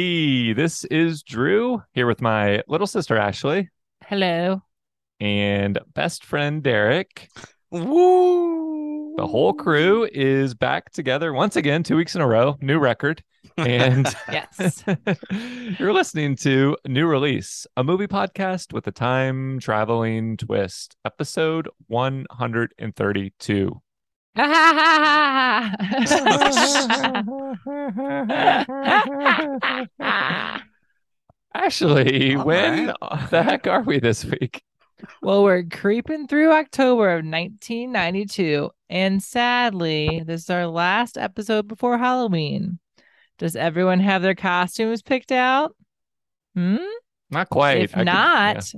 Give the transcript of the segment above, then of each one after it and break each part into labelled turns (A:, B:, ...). A: This is Drew here with my little sister, Ashley,
B: Hello.
A: and best friend, Derek.
C: Woo!
A: The whole crew is back together once again, two weeks in a row, new record. And
B: Yes.
A: You're listening to New Release, a movie podcast with a time traveling twist, episode 132.
B: well,
A: Ashley,
C: All
A: when
C: right.
A: the heck are we this week?
B: we're creeping through October of 1992, and sadly, this is our last episode before Halloween. Does everyone have their costumes picked out? Hmm?
A: Not quite.
B: if
A: I could-
B: not,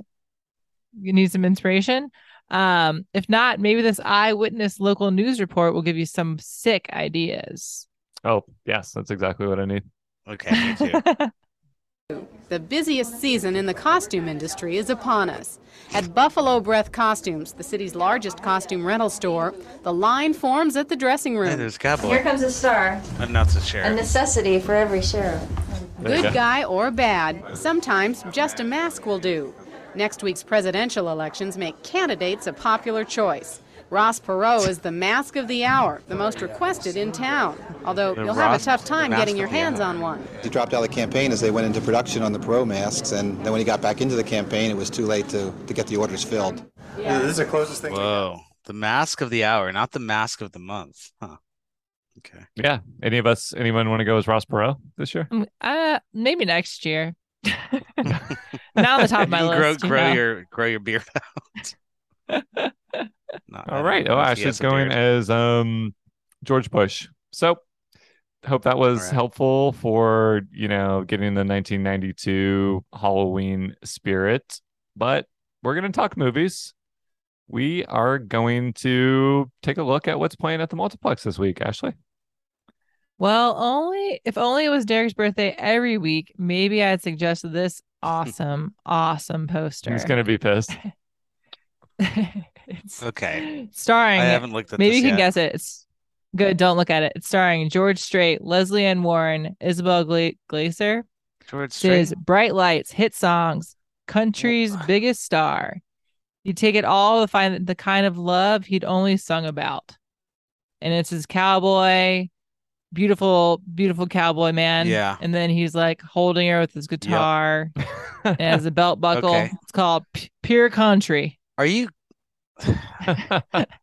B: you need some inspiration. Um, if not, maybe this eyewitness local news report will give you some sick ideas.
A: yeah. Oh, yes, that's exactly what I need.
C: Okay, me too.
D: The busiest season in the costume industry is upon us. At Buffalo Breath Costumes, the city's largest costume rental store, the line forms at the dressing
C: Hey,
D: room.
C: there's Cowboy.
E: Here comes a star,
C: And that's a
E: a
C: sheriff.
E: necessity for every sheriff.
A: There you
D: Good
A: go.
D: guy or bad, sometimes just a mask will do. Next week's presidential elections make candidates a popular choice. Ross Perot is the mask of the hour, the most requested in town, although
C: The
D: you'll have
C: Ross-
D: a tough time
C: the mask
D: getting your
C: of the
D: hands
C: hour.
D: on one.
F: He dropped out of the campaign as they went into production on the pro masks, and then when he got back into the campaign, it was too late to, to get the orders filled.
G: This is the closest thing.
C: Whoa. The mask of the hour, not the mask of the month. Huh. Okay.
A: Yeah. Any of us, anyone want to go as Ross Perot this year?
B: Um, Uh, maybe next year. Not on the top of my
C: You can grow,
B: list. you
C: grow
B: know.
C: your grow your beard out. Not- I
A: All
C: don't
A: right.
C: know
A: Oh,
C: if
A: Ash
C: he has
A: is
C: a
A: going
C: beard.
A: as um George Bush. So hope that was
C: right.
A: helpful for you know getting the 1992 Halloween spirit. But we're gonna talk movies. We are going to take a look at what's playing at the multiplex this week, Ashley.
B: Well, only if only it was Derek's birthday every week, maybe I'd suggest this awesome, awesome poster.
A: He's gonna be pissed.
B: It's
C: Okay. I
B: Starring
C: haven't looked at
B: Maybe
C: this
B: you can
C: yet.
B: guess it. It's good. Don't look at it. It's starring George Strait, Leslie Ann Warren, Isabel Gla- Glaser.
C: George
B: It is
C: Strait.
B: bright lights, hit songs, country's biggest star. You take it all to find the kind of love he'd only sung about. And it's his cowboy, beautiful, beautiful cowboy man.
C: Yeah.
B: And then he's like holding her with his guitar and has a belt buckle.
C: Okay.
B: It's called P- Pure Country.
C: Are you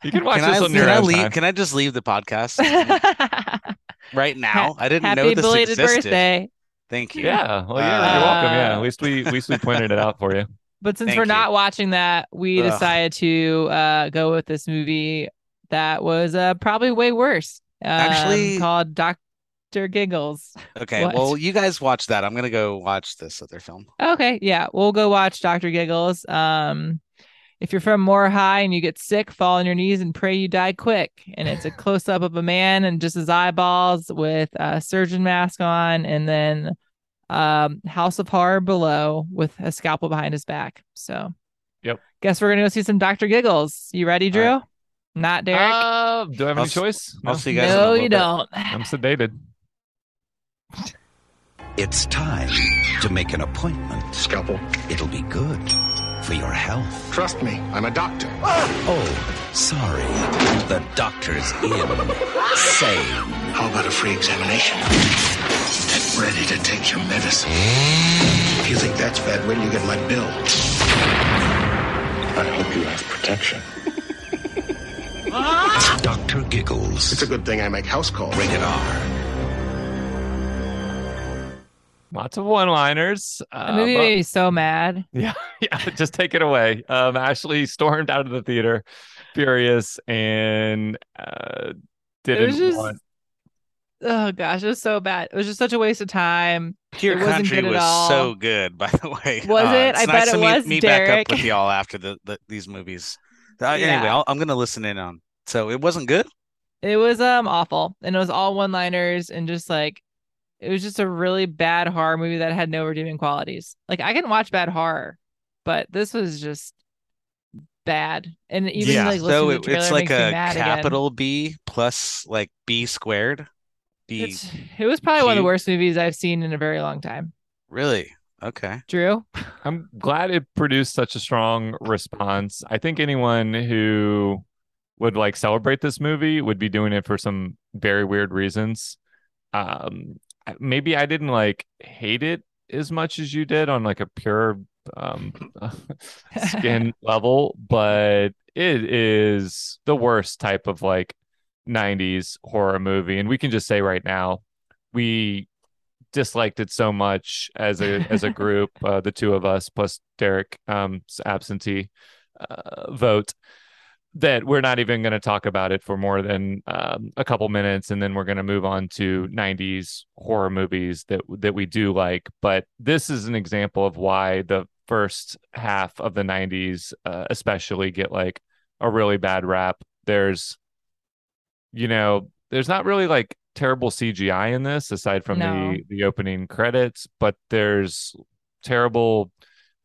A: you can watch
C: can I,
A: this on your
C: can I
A: own
C: leave
A: time.
C: can I just leave the podcast
B: Happy
C: right now? I didn't know this
B: belated
C: existed.
B: birthday.
C: Thank you.
A: Yeah. Well, yeah, you're welcome. Yeah.
C: Uh,
A: At least we at least we pointed it out for you.
B: But since
C: Thank
B: we're
C: you.
B: not watching that, we
C: Ugh.
B: decided to uh, go with this movie that was uh, probably way worse. Um,
C: Actually-
B: called Doctor Giggles.
C: Okay.
B: What?
C: Well, you guys watch that. I'm gonna go watch this other film.
B: Okay, yeah, we'll go watch Doctor Giggles. Um, if you're from Moore High and you get sick, fall on your knees and pray you die quick. And it's a close up of a man and just his eyeballs with a surgeon mask on, and then um, House of Horror below with a scalpel behind his back. So,
A: Yep.
B: Guess we're gonna go see some Doctor Giggles. You ready, Drew?
C: right.
B: Not Derek.
A: Uh, do I have
C: I'll
A: any
C: s-
A: choice?
C: I'll
A: No.
C: see you guys. in a
B: no,
C: little
B: you
C: bit.
B: don't.
A: I'm sedated.
H: It's time to make an appointment.
G: Scalpel.
H: It'll be good for your health.
G: Trust me, I'm a doctor.
H: Oh, sorry. The doctor's in. Sane.
G: How about a free examination? Get ready to take your medicine. If you think that's bad, wait till you get my bill. I hope you have protection.
H: Dr. Giggles.
G: It's a good thing I make house calls.
H: Rated R.
A: Lots of one-liners.
B: The
A: Uh,
B: movie
A: but-
B: made me so mad.
A: yeah, yeah. Just take it away. Um, Ashley stormed out of the theater, furious, and uh,
B: It was
A: didn't
B: just.
A: want.
B: Oh gosh, it was so bad. It was just such a waste of time.
C: Pure
B: It wasn't
C: Country
B: good at
C: was
B: all.
C: so good, by the way. Uh,
B: Was it?
C: it's
B: I
C: nice
B: bet
C: to
B: it
C: meet,
B: was,
C: meet
B: Derek.
C: back up with y'all after the, the these movies. Uh, Anyway,
B: Yeah.
C: I'll, I'm gonna listen in on. So it wasn't good.
B: It was um awful, and it was all one liners, and just like it was just a really bad horror movie that had no redeeming qualities. Like I can watch bad horror, but this was just bad. And even
A: Yeah.
B: like listening
C: so
B: to the
C: it-
B: trailer
C: it's like
B: makes me
C: a
B: mad again.
C: capital B plus like B squared. B.
B: It's, it was probably one of the
C: cute.
B: worst movies I've seen in a very long time.
C: Really? Okay.
B: Drew?
A: I'm glad it produced such a strong response. I think anyone who would like celebrate this movie would be doing it for some very weird reasons. Um, I- maybe I didn't like hate it as much as you did on like a pure um, skin level, but it is the worst type of like 90s horror movie. And we can just say right now, we disliked it so much as a as a group, uh, the two of us plus Derek um, absentee uh, vote, that we're not even going to talk about it for more than um, a couple minutes, and then we're going to move on to '90s horror movies that that we do like. But this is an example of why the first half of the '90s, uh, especially, get like a really bad rap. There's, you know, there's not really like terrible CGI in this aside from
B: No.
A: the the opening credits, but there's terrible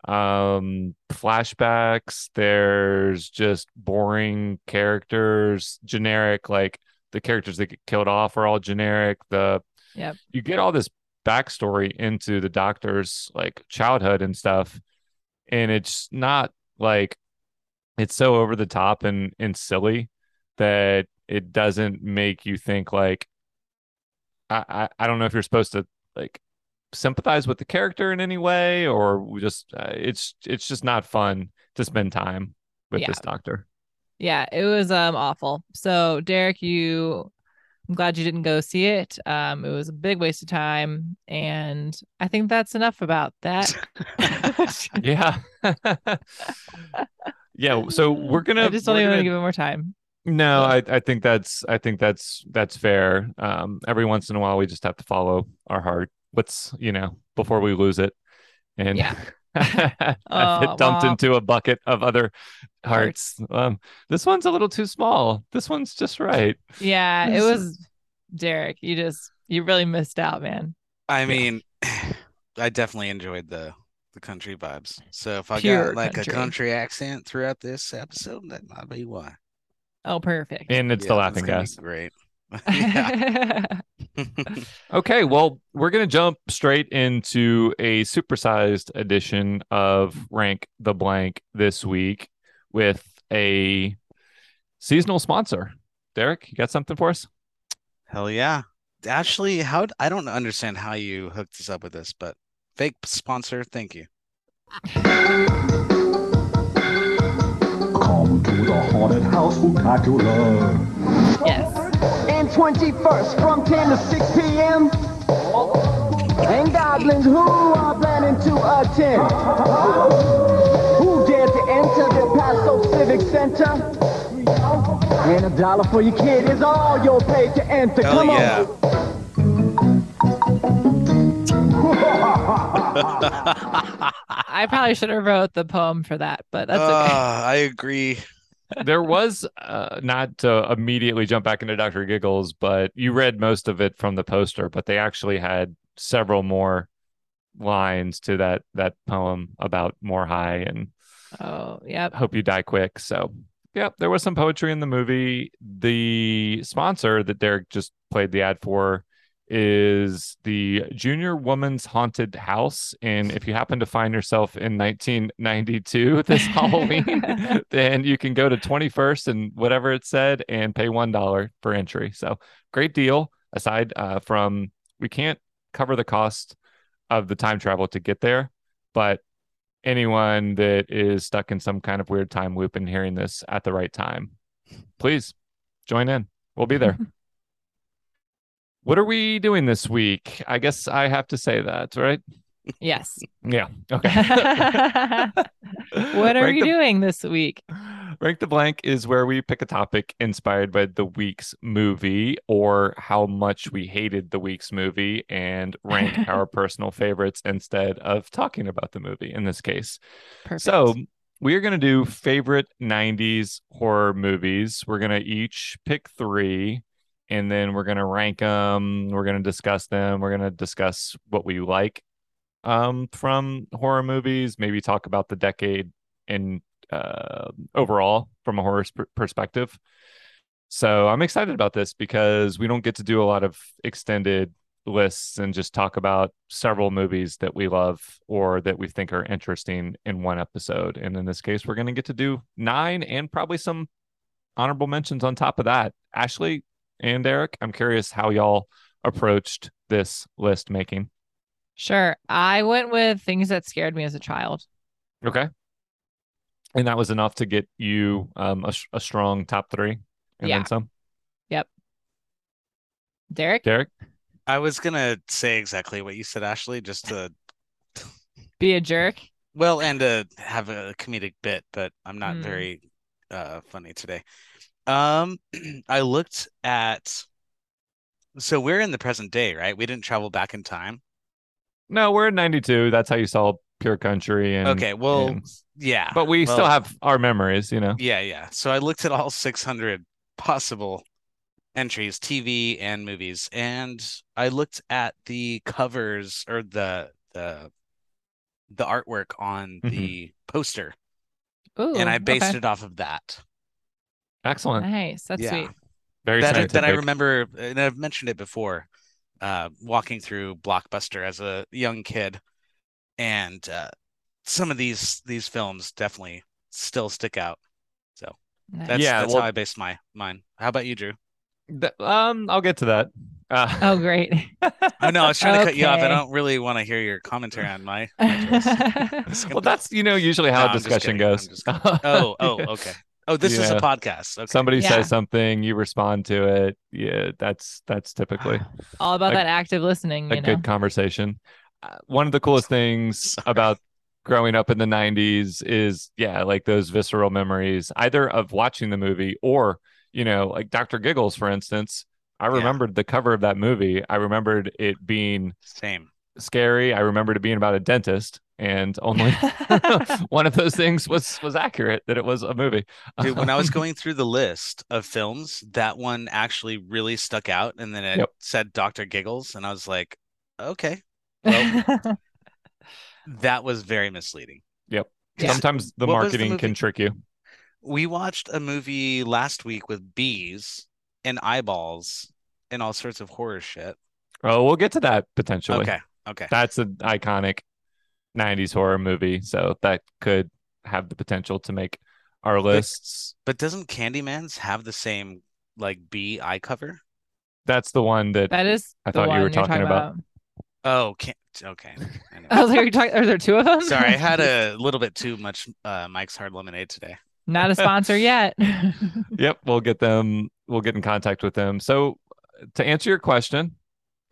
A: um flashbacks there's just boring characters generic like the characters that get killed off are all generic the
B: Yep.
A: you get all this backstory into the doctor's like childhood and stuff and it's not like it's so over the top and and silly that it doesn't make you think like i i, I don't know if you're supposed to like sympathize with the character in any way or we just uh, it's it's just not fun to spend time with
B: Yeah.
A: this doctor
B: Yeah, it was um awful. So Derek, you I'm glad you didn't go see it. Um it was a big waste of time and I think that's enough about that.
A: yeah yeah so we're gonna
B: I just don't
A: we're
B: even want
A: gonna-
B: to give it more time.
A: no I, I think that's i think that's that's fair um every once in a while we just have to follow our heart what's you know before we lose it and
B: Yeah.
A: have
B: Oh,
A: it dumped
B: wow.
A: into a bucket of other hearts um this one's a little too small this one's just right
B: Yeah, it
A: This
B: was Derek, you just you really missed out, man.
C: I mean, I definitely enjoyed the the country vibes. So if I
B: Pure
C: got like
B: country.
C: a country accent throughout this episode, that might be why.
B: Oh, perfect.
A: and it's
C: Yeah,
A: the
C: that's
A: laughing
C: gonna be
A: gas
C: Great. Yeah.
A: Okay, well, we're going to jump straight into a supersized edition of Rank the Blank this week with a seasonal sponsor. Derek, you got something for us?
C: Hell yeah. Actually, how d- I don't understand how you hooked us up with this, but fake sponsor, thank you.
I: Come to the haunted house, spectacular.
B: yes.
I: And 21st from 10 to 6 p.m. And goblins who are planning to attend. Who dare to enter the Paso Civic Center? And a dollar for your kid is all you'll pay to enter.
C: Hell
I: Come on.
C: yeah.
B: I probably should have wrote the poem for that, but that's okay.
C: Ah, I agree.
A: There was uh, not to immediately jump back into Dr. Giggles, but you read most of it from the poster, but they actually had several more lines to that that poem about more high and Uh.
B: Oh, yep.
A: hope you die quick. So, yep, there was some poetry in the movie. The sponsor that Derek just played the ad for is the Junior Woman's Haunted House. And if you happen to find yourself in 1992 this Halloween, then you can go to 21st and whatever it said and pay $1 for entry. So, great deal. Aside uh, from, we can't cover the cost of the time travel to get there, but anyone that is stuck in some kind of weird time loop and hearing this at the right time, please join in. We'll be there. what are we doing this week? I guess I have to say that, right?
B: Yes.
A: Yeah. Okay.
B: what are
A: Rank
B: you
A: the-
B: doing this week?
A: Rank the blank is where we pick a topic inspired by the week's movie or how much we hated the week's movie and rank our personal favorites instead of talking about the movie in this case.
B: Perfect.
A: So we are going to do favorite 90s horror movies. We're going to each pick three and then we're going to rank them. We're going to discuss them. We're going to discuss what we like um, from horror movies, maybe talk about the decade and uh, overall from a horror sp- perspective. So I'm excited about this because we don't get to do a lot of extended lists and just talk about several movies that we love or that we think are interesting in one episode. And in this case, we're going to get to do nine and probably some honorable mentions on top of that. Ashley and Eric, I'm curious how y'all approached this list making.
B: Sure. I went with things that scared me as a child.
A: Okay. And that was enough to get you um, a, a strong top three and
B: Yeah.
A: then some.
B: Derek,
A: Derek?
C: I was gonna say exactly what you said, Ashley, just to
B: be a jerk.
C: well and to have a comedic bit, but I'm not
B: Mm.
C: very uh funny today. Um I looked at so we're in the present day, right? We didn't travel back in time.
A: No, we're at 92. That's how you saw Pure Country. And,
C: Okay, well
A: and-
C: yeah.
A: but we still
C: well-
A: have our memories, you know?
C: Yeah, yeah. So I looked at all 600 possible entries, TV and movies, and I looked at the covers or the the the artwork on
A: Mhm.
C: the poster,
B: Ooh.
C: and I based
B: okay.
C: it off of that.
A: Excellent.
B: Nice. That's
C: Yeah.
B: sweet.
A: Very
C: That I- that I
A: scientific.
C: remember, and I've mentioned it before, uh, walking through Blockbuster as a young kid, and uh, some of these these films definitely still stick out.
B: Nice.
C: That's
A: Yeah,
C: that's
A: well-
C: how I based my mine. How about you, Drew?
A: Th- um, I'll get to that. Uh,
B: Oh, great.
C: Oh no, I was trying to cut you off. I
B: Okay.
C: don't really want to hear your commentary on my. Just
A: well,
C: gonna-
A: that's you know usually how
C: No,
A: a
C: I'm just
A: discussion
C: kidding. I'm
A: goes.
C: just kidding. Oh, oh,
A: Yeah.
C: okay. Oh, this is a
A: Yeah.
C: podcast. Okay.
A: Somebody
B: Yeah.
A: says something, you respond to it. Yeah, that's that's typically
B: All about
A: A-
B: that active
A: a
B: listening, Ah, you know.
A: good conversation. Uh, one of the coolest things about growing up in the 90s is yeah, like those visceral memories either of watching the movie or, you know, like Dr. Giggles for instance. I
C: Yeah.
A: remembered the cover of that movie. I remembered it being
C: Same.
A: scary. I remembered it being about a dentist and only one of those things was was accurate that it was a movie.
C: Dude, when I was going through the list of films, that one actually really stuck out, and then it
A: Yep.
C: said Doctor Giggles, and I was like, okay, well, that was very misleading. Yeah.
A: Sometimes the
C: What was the
A: marketing can
C: movie?
A: trick you.
C: We watched a movie last week with bees and eyeballs and all sorts of horror shit.
A: Oh, we'll get to that potentially.
C: Okay, okay.
A: That's an iconic 90s horror movie, so that could have the potential to make our lists.
C: But doesn't Candyman's have the same like B eye cover?
A: That's the one that
B: that is
A: I
B: the
A: thought you
B: one
A: were
B: you're
A: talking about.
C: Oh, can okay. I know.
B: I was like, are, you talking, are there two of them?
C: Sorry, I had a little bit too much uh, Mike's Hard Lemonade today.
B: Not a sponsor yet.
A: Yep, we'll get them we'll get in contact with them. So to answer your question,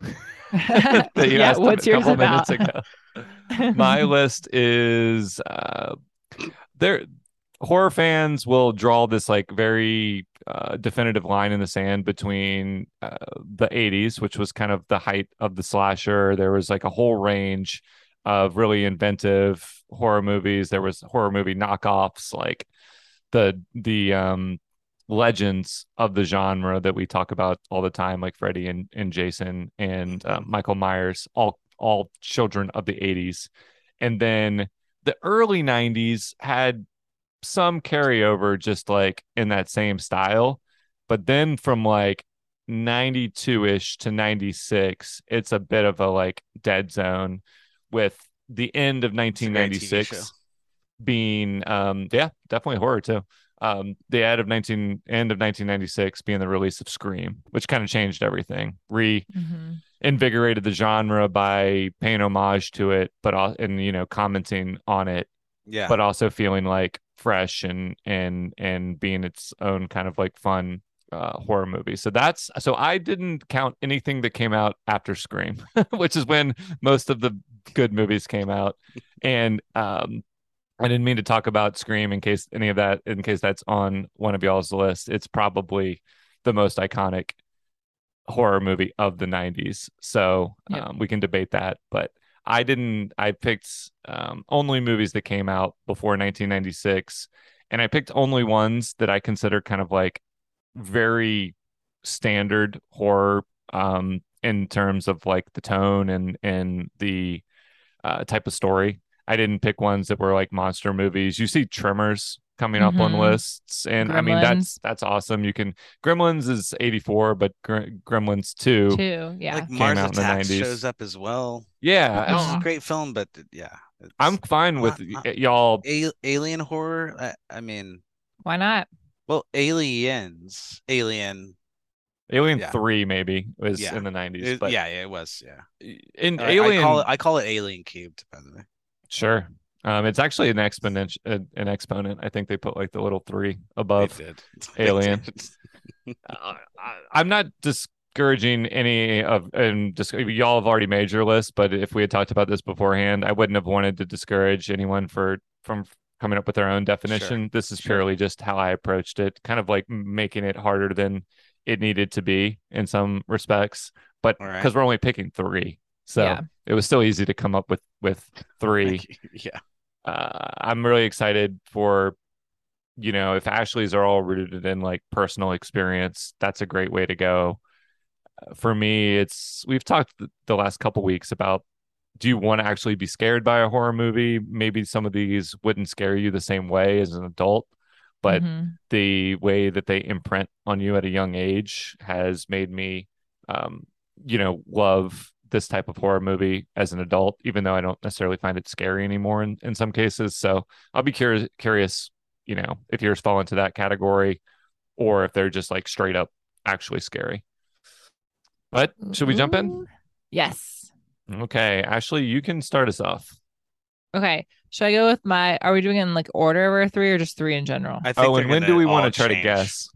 A: that you
B: yeah,
A: asked a
B: what's yours
A: couple
B: about?
A: minutes ago. my list is uh there horror fans will draw this like very uh, definitive line in the sand between uh, the 80s which was kind of the height of the slasher there was like a whole range of really inventive horror movies there was horror movie knockoffs like the the um legends of the genre that we talk about all the time, like Freddy and, and Jason and uh, Michael Myers, all all children of the 80s. And then the early 90s had some carryover just like in that same style. But then from like 92 ish to 96, it's a bit of a like dead zone with the end of
C: It's a great TV show.
A: 1996 being um yeah definitely horror too um the ad of 19 end of 1996 being the release of scream which kind of changed everything
B: Mhm.
A: reinvigorated the genre by paying homage to it but al- and you know commenting on it
C: Yeah.
A: but also feeling like fresh and and and being its own kind of like fun uh, horror movie. So that's so I didn't count anything that came out after Scream, which is when most of the good movies came out. And um, I didn't mean to talk about Scream in case any of that in case that's on one of y'all's list. It's probably the most iconic horror movie of the 90s. So
B: Yep.
A: um, we can debate that, but I didn't. I picked um, only movies that came out before 1996, and I picked only ones that I consider kind of like very standard horror um, in terms of like the tone and and the uh, type of story. I didn't pick ones that were like monster movies. You see Tremors coming up on
B: Mhm.
A: lists, and I mean that's that's awesome. You can Gremlins is eighty four, but Gre- Gremlins two,
B: too. Yeah.
C: Like
A: Came
C: Mars
A: out in the
C: Attacks
A: 90s.
C: shows up as well.
A: yeah,
C: This is
A: I-
C: a great film, but uh, yeah, it's
A: I'm fine with
C: Uh,
A: y- y'all.
C: a- alien horror. I, I mean,
B: Why not?
C: well, aliens, alien.
A: Alien
C: yeah.
A: three maybe was
C: Yeah.
A: in the nineties,
C: It-
A: but
C: yeah, yeah, it was. Yeah,
A: in
C: Uh,
A: Alien,
C: I call it, I call it Alien Cubed, by the way.
A: sure. Um, it's actually an exponent, an an exponent. I think they put like the little three above.
C: They did.
A: Alien.
C: They did.
A: I, I- I'm not discouraging any of and dis- y'all have already made your list, but if we had talked about this beforehand, I wouldn't have wanted to discourage anyone for from coming up with their own definition. This is
C: sure.
A: purely just how I approached it, kind of like making it harder than it needed to be in some respects, but
C: All right.
A: because we're only picking three, so
B: Yeah.
A: it was still easy to come up with with three
C: yeah,
A: uh, I'm really excited for, you know, if Ashley's are all rooted in like personal experience, that's a great way to go. Uh, For me, it's we've talked th- the last couple weeks about do you want to actually be scared by a horror movie? Maybe some of these wouldn't scare you the same way as an adult, but
B: Mhm.
A: the way that they imprint on you at a young age has made me um you know love this type of horror movie as an adult even though i don't necessarily find it scary anymore in, in some cases so i'll be curious curious you know if yours fall into that category or if they're just like straight up actually scary but should we jump in
B: Ooh. Yes.
A: okay ashley you can start us off
B: Okay. Should I go with my? Are we doing it in like order of our three or just three in general?
C: I think
A: oh
C: they're
A: and when do
C: gonna
A: we want
C: all
A: to try to
C: change.
A: guess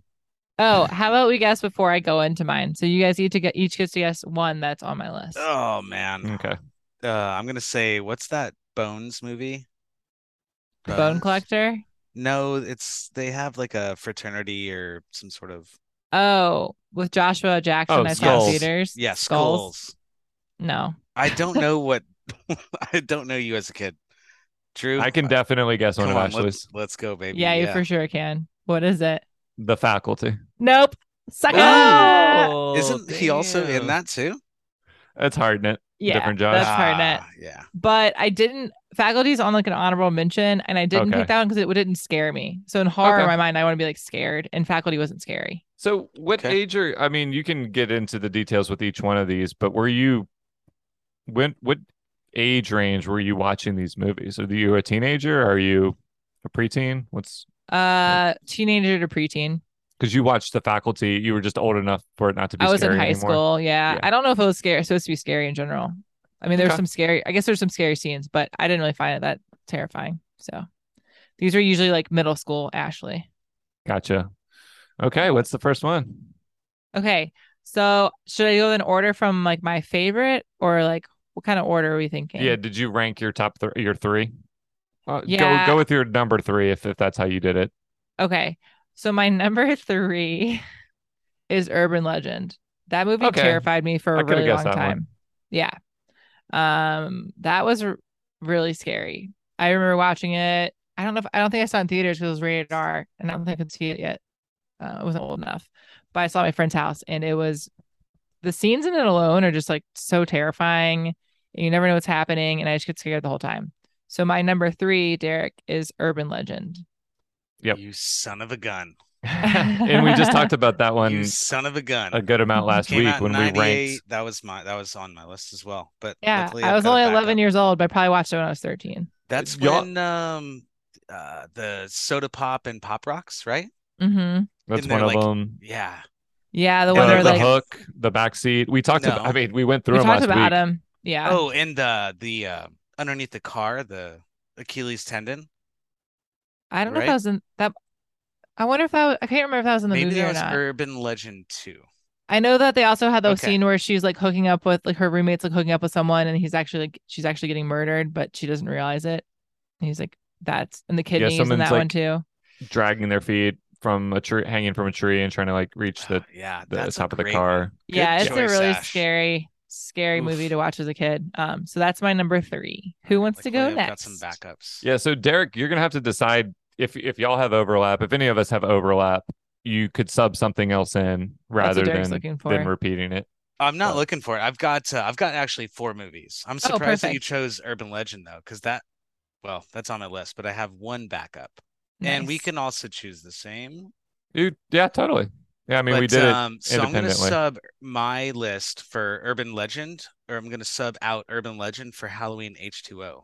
B: Oh, how about we guess before I go into mine? So you guys each to get each gets to guess one that's on my list.
C: Oh man,
A: okay
C: uh, I'm gonna say what's that Bones movie?
B: Bone
C: Bones?
B: collector.
C: No, it's they have like a fraternity or some sort of
B: Oh, with Joshua Jackson
A: Oh,
B: I saw in
A: Skulls.
B: theaters.
C: yeah skulls.
B: No.
C: I don't know what I don't know you as a kid, Drew. uh,
A: i can definitely guess one
C: come
A: of
C: on,
A: ashley's
C: let's, let's go, baby.
B: yeah, you for sure can. What is it?
A: the faculty
B: Nope. Sucker.
C: Oh, Isn't he also in
A: damn.
C: that too?
A: that's hard it
B: Yeah,
A: different Josh.
B: that's Harnett.
C: Ah, Yeah.
B: But I didn't. Faculty's on like an honorable mention, and I didn't
A: Okay.
B: pick that one because it didn't scare me. So in horror,
A: Okay.
B: in my mind, I want to be like scared, and faculty wasn't scary.
A: So, what
C: Okay.
A: age are? I mean, you can get into the details with each one of these, but were you when what age range were you watching these movies? Are you a teenager? Are you a preteen? What's
B: Uh,
A: Hmm.
B: teenager to preteen.
A: because you watched The Faculty, you were just old enough for it not to be.
B: I was in
A: scary
B: high
A: anymore.
B: school. Yeah.
A: Yeah.
B: I don't know if it was scary. Supposed to be scary in general. I mean, there's
A: Okay.
B: some scary. I guess there's some scary scenes, but I didn't really find it that terrifying. So these are usually like middle school Ashley.
A: Gotcha. Okay, what's the first one?
B: Okay. So should I go in order from like my favorite or like what kind of order are we thinking?
A: Yeah, did you rank your top three? Your three? Uh,
B: Yeah.
A: Go go with your number three if if that's how you did it.
B: Okay. So my number three is Urban Legend. That movie
A: Okay.
B: terrified me for
A: I
B: a
A: coulda
B: really long
A: guessed that one.
B: time. Yeah. Um, that was r- really scary. I remember watching it. I don't know if I don't think I saw it in theaters because it was rated R and I don't think I could see it yet. Uh, it wasn't old enough. But I saw it at my friend's house and it was the scenes in it alone are just like so terrifying. And you never know what's happening, and I just get scared the whole time. So my number three, Derek, is Urban Legend.
A: Yep.
C: You son of a gun.
A: and we just talked about that
C: you
A: one
C: son of a gun.
A: a good amount last
C: Came
A: week
C: out in
A: when we
C: 98.
A: ranked.
C: That was my that was on my list as well. But
B: Yeah,
C: luckily
B: I
C: I've
B: was
C: got it
B: only
C: back
B: 11
C: up.
B: years old, but I probably watched it when I was 13.
C: That's
A: Y'all-
C: when um uh the soda pop and pop rocks, right?
B: hmm
A: That's one
C: in there,
A: of
C: like,
A: them.
C: Yeah.
B: Yeah, the
A: Mm-hmm. Yeah,
B: one
A: the,
B: where
A: the
B: like
A: hook, the back seat. We talked about.
C: No.
A: I mean, we went through
B: we
A: them
B: talked
A: last
B: about
A: week.
B: him. Yeah.
C: Oh, and uh the uh underneath the car, the Achilles tendon.
B: Mm-hmm. I don't know if
C: right?
B: that was in that. I wonder if that was, I can't remember if that was in the
C: Maybe
B: movie
C: that
B: or
C: was
B: not.
C: Urban Legend 2.
B: I know that they also had the
C: Okay.
B: scene where she's like hooking up with like her roommates like hooking up with someone and he's actually like she's actually getting murdered, but she doesn't realize it. And he's like, that's and the kidneys in
A: someone's,
B: that one
A: like,
B: too.
A: Dragging their feet from a tree, hanging from a tree, and trying to like reach the
C: Uh, Yeah,
A: the
C: that's a
A: top of the
C: great
A: car.
C: one. Good
B: Yeah, it's
C: choice,
B: a really
C: Ash.
B: scary, scary movie
C: Oof.
B: to watch as a kid. Um, so that's my number three. Who wants to
C: Luckily,
B: go
C: I've
B: next?
C: Got some backups.
A: Yeah. So Derek, you're gonna have to decide if if y'all have overlap. If any of us have overlap, you could sub something else in rather
B: Derek's
A: than
B: looking for.
A: than repeating it.
C: I'm not
A: So-
C: looking for it. I've got uh, I've got actually four movies.
B: Oh,
C: I'm surprised that you chose Urban Legend though, because that, well, that's on my list, but I have one backup. and we
B: Nice.
C: can also choose the same.
A: Dude, yeah, totally. Yeah, I mean, we
C: But,
A: did it
C: um, so I'm gonna
A: independently.
C: sub my list for Urban Legend, or I'm gonna sub out Urban Legend for Halloween H2O.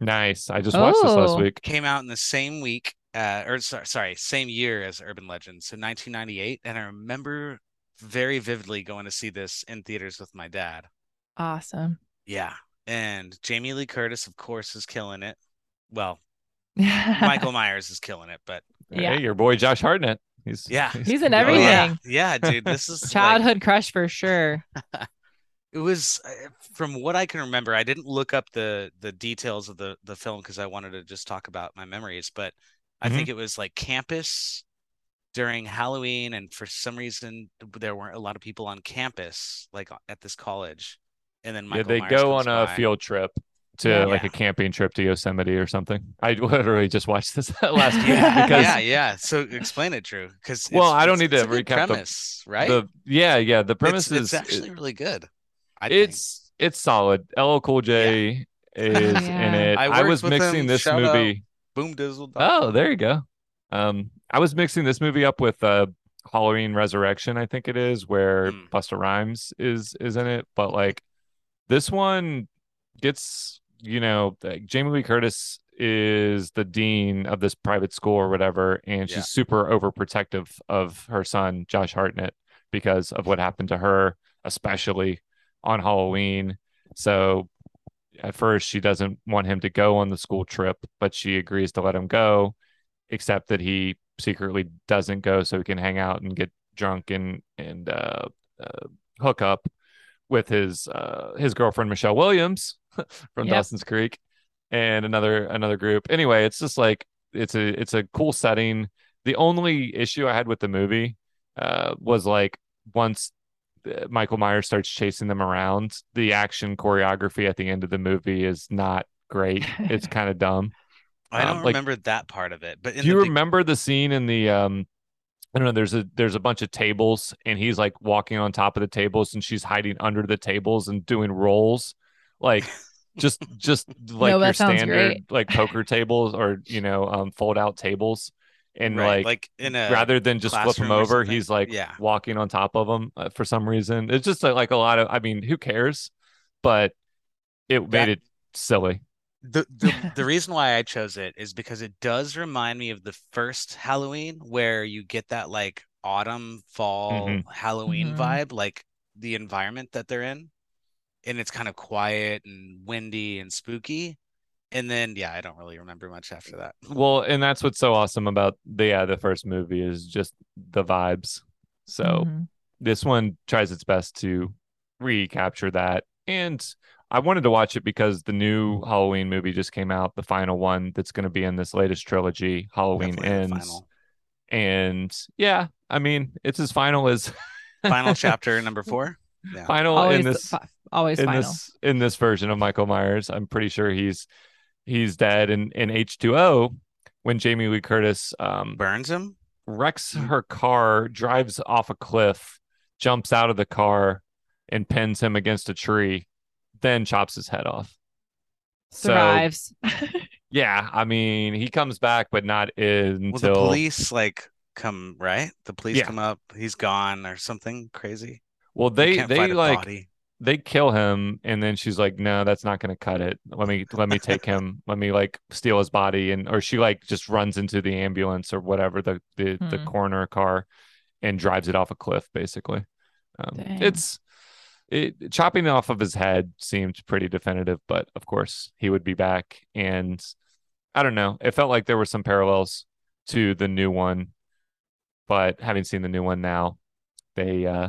A: Nice. I just watched this last
B: Oh.
A: week.
C: Came out in the same week, uh, or so- sorry, same year as Urban Legend, so 1998. And I remember very vividly going to see this in theaters with my dad.
B: Awesome.
C: Yeah, and Jamie Lee Curtis, of course, is killing it. Well,
B: Michael.
C: Michael Myers is killing it, but
B: Yeah.
A: Hey, your boy Josh Hartnett. He's
C: Yeah.
B: He's in
A: Oh, yeah.
B: everything.
C: yeah, yeah, dude, this is like-
B: Childhood crush for sure.
C: it was uh, from what I can remember. I didn't look up the the details of the the film because I wanted to just talk about my memories. But I
A: Mm-hmm.
C: think it was like campus during Halloween, and for some reason there weren't a lot of people on campus, like at this college. And then
A: Yeah,
C: Michael
A: they
C: Myers
A: go on
C: comes
A: a
C: by.
A: field trip to
B: Yeah.
A: like a camping trip to Yosemite or something. I literally just watched this last week
B: Yeah.
A: because
C: Yeah, yeah. So explain it, Drew. Because
A: Well, I don't need to
C: a good
A: recap the-
C: premise, right?
A: the yeah, yeah, the
C: It's-
A: premise
C: it's,
A: is
C: actually really good. I think.
A: it's it's solid. LL Cool J is in
B: Yeah.
A: it.
C: I
A: I,
C: worked
A: was
C: with
A: mixing
C: him.
A: this
C: Shout out.
A: movie.
C: boom dizzle.
A: Oh, there you go. Um, I was mixing this movie up with uh Halloween Resurrection, I think it is, where
C: Mm.
A: Buster Rhymes is is in it. But like this one gets, you know, like, Jamie Lee Curtis is the dean of this private school or whatever, and she's
C: Yeah.
A: super overprotective of her son, Josh Hartnett, because of what happened to her, especially on Halloween. So at first she doesn't want him to go on the school trip, but she agrees to let him go, except that he secretly doesn't go so he can hang out and get drunk and and uh, uh, hook up with his uh, his girlfriend Michelle Williams from
B: Yep.
A: Dawson's Creek and another another group. Anyway, it's just like it's a it's a cool setting. The only issue I had with the movie uh, was like once uh, Michael Myers starts chasing them around, the action choreography at the end of the movie is not great. It's kind of dumb.
C: I
A: um,
C: don't
A: like-
C: remember that part of it, but in
A: Do you
C: the, be-
A: remember the scene in the um I don't know, there's a there's a bunch of tables and he's like walking on top of the tables and she's hiding under the tables and doing rolls. Like just just like your
B: that sounds
A: standard like poker tables or you know um fold out tables and
C: right,
A: like
C: in a
A: rather than just flip him
C: classroom or
A: over,
C: something.
A: he's like
C: Yeah.
A: walking on top of him uh, for some reason. It's just uh, like a lot of, I mean, who cares? But it made
C: That-
A: it silly.
C: the the, the reason why I chose it is because it does remind me of the first Halloween where you get that like autumn fall
A: Mhm.
C: Halloween
B: Mhm.
C: vibe, like the environment that they're in, and it's kind of quiet and windy and spooky. And then yeah, I don't really remember much after that.
A: Well, and that's what's so awesome about the yeah, the first movie is just the vibes. So
B: Mhm.
A: this one tries its best to recapture that. And I wanted to watch it because the new Halloween movie just came out, the final one that's going to be in this latest trilogy, Halloween
C: Definitely the
A: Ends.
C: final
A: And yeah, I mean, it's as final as
C: final chapter number four. Yeah.
A: final
B: always
A: in
B: the
A: this
B: fi- always
A: in
B: final.
A: this in this version of Michael Myers. I'm pretty sure he's he's dead. And in H2O, when Jamie Lee Curtis um,
C: Burns him.
A: wrecks her car, drives off a cliff, jumps out of the car, and pins him against a tree, then chops his head off. So- oh,
B: Survives.
A: Yeah, I mean he comes back, but not until
C: Well, the police like come right. The police
A: Yeah.
C: come up. He's gone or something crazy.
A: well
C: You
A: they
C: can't
A: they
C: find a
A: like
C: body.
A: they kill him and then she's like no that's not going to cut it let me let me take him let me like steal his body and or she like just runs into the ambulance or whatever the the, the
B: Hmm.
A: coroner car and drives it off a cliff basically um,
B: Dang.
A: it's it chopping it off of his head seemed pretty definitive but of course he would be back and i don't know it felt like there were some parallels to the new one but having seen the new one now they uh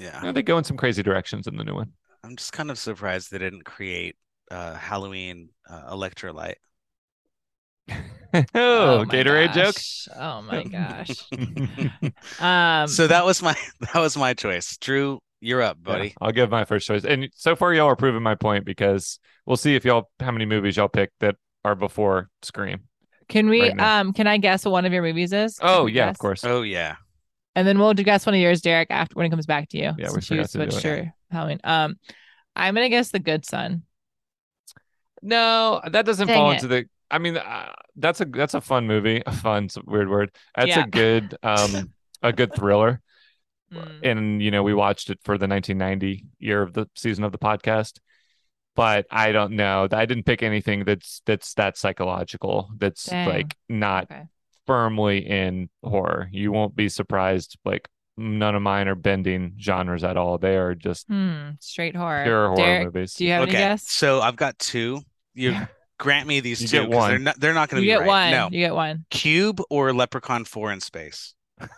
C: Yeah.
A: you know, they go in some crazy directions in the new one
C: I'm just kind of surprised they didn't create uh, Halloween uh, electrolyte.
A: oh,
B: my
A: Gatorade
B: gosh. Oh my gosh.
A: joke.
B: Um,
C: so that was my that was my choice. Drew, you're up,
A: Hmm. Yeah,
C: buddy.
A: I'll give my first choice. And so far, y'all are proving my point because we'll see if y'all how many movies y'all pick that are before Scream.
B: can we?
A: right now.
B: um, can I guess what one of your movies is? Can
A: Oh
B: we
A: yeah,
B: guess?
A: of course.
C: Oh yeah.
B: And then we'll do guess one of yours, Derek, after when it comes back to you.
A: Yeah, we
B: since
A: forgot
B: you
A: to do it.
B: switched your Halloween. Um, I'm gonna guess the Good Son.
A: No, that doesn't
B: Dang
A: fall
B: it.
A: into the. I mean, uh, that's a that's a fun movie. A fun's a weird word. That's
B: Yeah.
A: a good um a good thriller.
B: Mm.
A: And you know, we watched it for the 1990 year of the season of the podcast. But I don't know. I didn't pick anything that's that's that psychological. That's
B: Dang.
A: like not
B: Okay.
A: firmly in horror. You won't be surprised. Like none of mine are bending genres at all. They are just
B: Hmm. Straight horror.
A: pure horror
B: Derek,
A: movies.
B: do you have
C: okay,
B: any guess?
C: so I've got two. You
A: Yeah.
C: grant me these
A: You
C: two.
A: get
C: 'cause They're
A: one.
C: not. They're not going
B: You
C: to be
B: get one.
C: right. No,
B: You get one.
C: Cube or Leprechaun Four in space.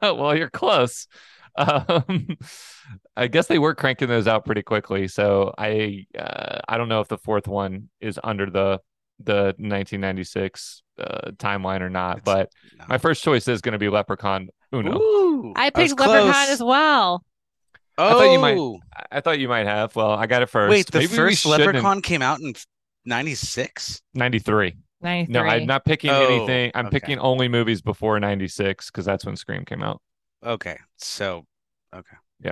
A: well, you're close. Um, I guess they were cranking those out pretty quickly, so I uh, I don't know if the fourth one is under the the 1996 uh, timeline or not.
C: It's-
A: but
C: No.
A: my first choice is going to be Leprechaun Uno.
C: Ooh,
B: I
C: was
B: picked Leprechaun
C: close.
B: as well.
C: Oh,
A: thought you might- I-, I thought you might have. Well, I got it first.
C: wait, the
A: Maybe we
C: first
A: shouldn't in
C: Leprechaun came out in '96.
A: 93.
B: 93.
A: No, I'm not picking
C: Oh,
A: anything. I'm
C: okay.
A: picking only movies before 96 because that's when Scream came out.
C: Okay, so okay,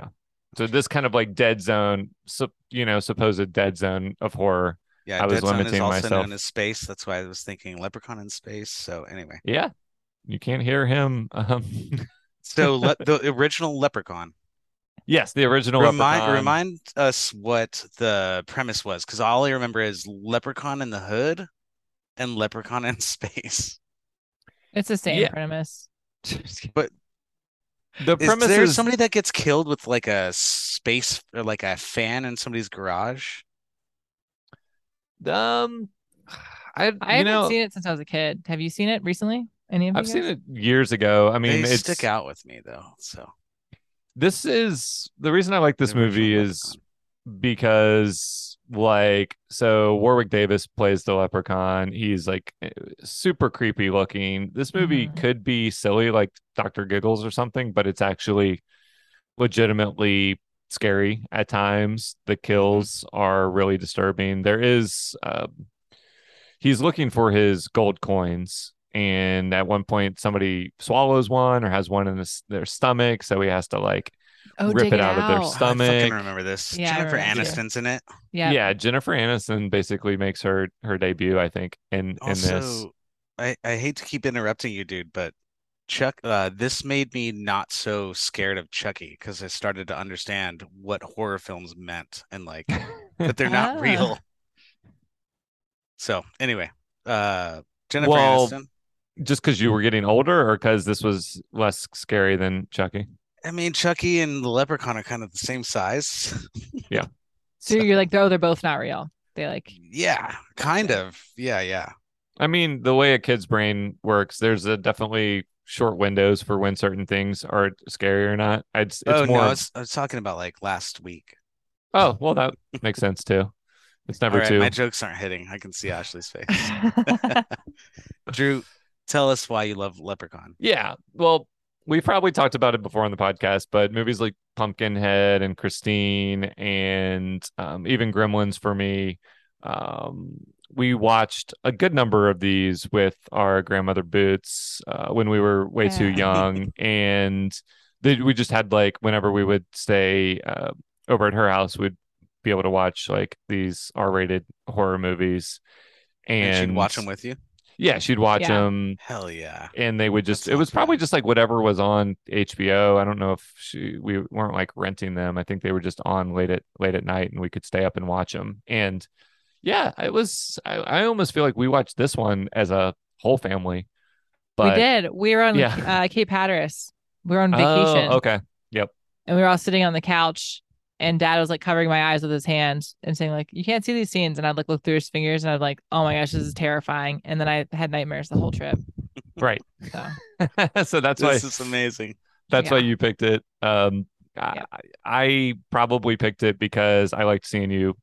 A: So this kind of like dead zone, sup- you know, supposed dead zone of horror.
C: yeah,
A: I was
C: Dead Zone is
A: limiting
C: also
A: myself.
C: known as space. That's why I was thinking Leprechaun in space. So anyway,
A: Yeah, you can't hear him. Um,
C: so le- the original Leprechaun.
A: yes, the original.
C: Remind
A: Leprechaun.
C: remind us what the premise was, because all I remember is Leprechaun in the Hood and Leprechaun in Space.
B: It's the same
A: Yeah.
B: premise.
A: The
C: Is
A: premise
C: there
A: is
C: somebody that gets killed with like a space or like a fan in somebody's garage?
A: um, I you
B: I haven't
A: know
B: seen it since I was a kid. Have you seen it recently? Any of you
A: I've seen
B: guys?
A: it years ago. I mean,
C: they
A: it's
C: stick out with me though. So
A: this is the reason I like this
C: The original
A: movie is because like so Warwick Davis plays the leprechaun. He's like eh, super creepy looking. This movie
B: Mhm.
A: could be silly like Dr. Giggles or something, but it's actually legitimately scary at times. The kills are really disturbing. There is um, he's looking for his gold coins and at one point somebody swallows one or has one in his, their stomach so he has to like
B: Oh,
A: rip
B: dig
A: it out of their
C: I fucking
A: stomach.
C: remember this.
B: Yeah, I
C: Jennifer
B: remember too.
C: Aniston's in it.
B: Yeah.
A: yeah jennifer aniston basically makes her her debut i think in in this
C: Also, I, I hate to keep interrupting you, dude, but Chuck, uh, this made me not so scared of Chucky because I started to understand what horror films meant and like that they're not
B: Ah.
C: real. So anyway, uh, Jennifer
A: Well-
C: Aniston.
A: just because you were getting older or because this was less scary than chucky
C: I mean, Chucky and the Leprechaun are kind of the same size.
B: So you're like, oh, they're both not real. They like,
C: yeah, kind of. Yeah, yeah.
A: i mean the way a kid's brain works there's a definitely short windows for when certain things are scary or not it's, it's
C: oh
A: more
C: no, I was, I was talking about like last week.
A: oh well that makes sense too it's
C: All
A: never
C: right,
A: too
C: my jokes aren't hitting. I can see Ashley's face. Drew, tell us why you love Leprechaun.
A: Yeah. Well, we probably talked about it before on the podcast, but movies like Pumpkinhead and Christine and um, even Gremlins for me. Um, we watched a good number of these with our grandmother Boots uh, when we were way too
B: Yeah.
A: young. and they, we just had like, whenever we would stay uh, over at her house, we'd be able to watch like these R rated horror movies.
C: And
A: And,
C: she'd watch them with you.
A: yeah, she'd watch
B: Yeah.
A: them
C: Hell yeah.
A: and they would just
C: That
A: it was
C: sounds
A: probably
C: bad.
A: just like whatever was on HBO. I don't know if she, we weren't like renting them. I think they were just on late at late at night and we could stay up and watch them. And yeah, it was I, I almost feel like we watched this one as a whole family.
B: we
A: But
B: did. We were on
A: Yeah.
B: uh, Cape Hatteras. We were on
A: Oh,
B: vacation
A: okay.
B: and we were all sitting on the couch. And dad was like covering my eyes with his hands and saying, like, you can't see these scenes. And I'd like look through his fingers and I'd like, oh my gosh, this is terrifying. And then I had nightmares the whole trip.
A: Right.
B: So
A: so that's why
C: this is amazing.
A: that's why
B: Yeah.
A: you picked it. Um I,
B: Yeah.
A: I probably picked it because I liked seeing you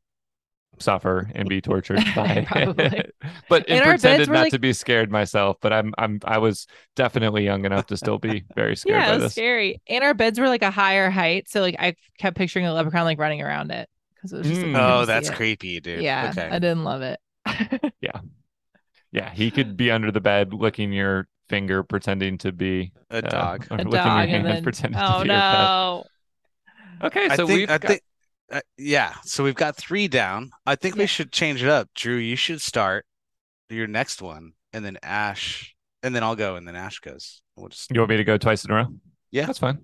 A: suffer and be tortured by
B: Probably.
A: it. but
B: In
A: it
B: our beds,
A: pretended
B: we're
A: not
B: like-
A: to be scared myself, but I'm I'm I was definitely young enough to still be very scared
B: yeah,
A: by
B: it
A: this.
B: was scary. And our beds were like a higher height. So like I kept picturing a leprechaun like running around it because it was just like,
A: Mm.
B: I couldn't
C: Oh,
B: see
C: that's
B: it.
C: creepy, dude.
B: Yeah. I
C: Okay.
B: didn't love it.
A: Yeah, he could be under the bed licking your finger pretending to be
C: A
A: uh,
C: dog.
A: or
B: A
A: licking your
B: dog
A: hand
B: and then
A: pretending
B: oh
A: to be your pet.
B: no.
A: Okay,
C: I
A: so
C: think
A: we've
C: I
A: got-
C: think uh, yeah, so we've got three down. I think we
B: Yeah.
C: should change it up. Drew, you should start your next one and then Ash, and then I'll go, and then Ash goes. We'll just
A: You want me to go twice in a row?
C: Yeah.
A: That's fine.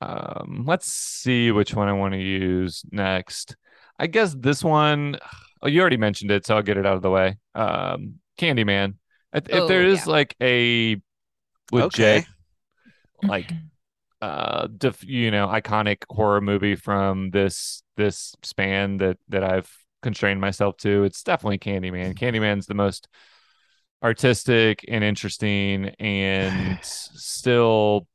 A: Um, let's see which one I want to use next. I guess this one, oh, you already mentioned it, so I'll get it out of the way. Um, Candyman. If, if there
B: Oh,
A: is
B: yeah.
A: like a legit,
C: okay.
A: like, uh, def, you know, iconic horror movie from this this span that that I've constrained myself to, it's definitely Candyman. Candyman's the most artistic and interesting and still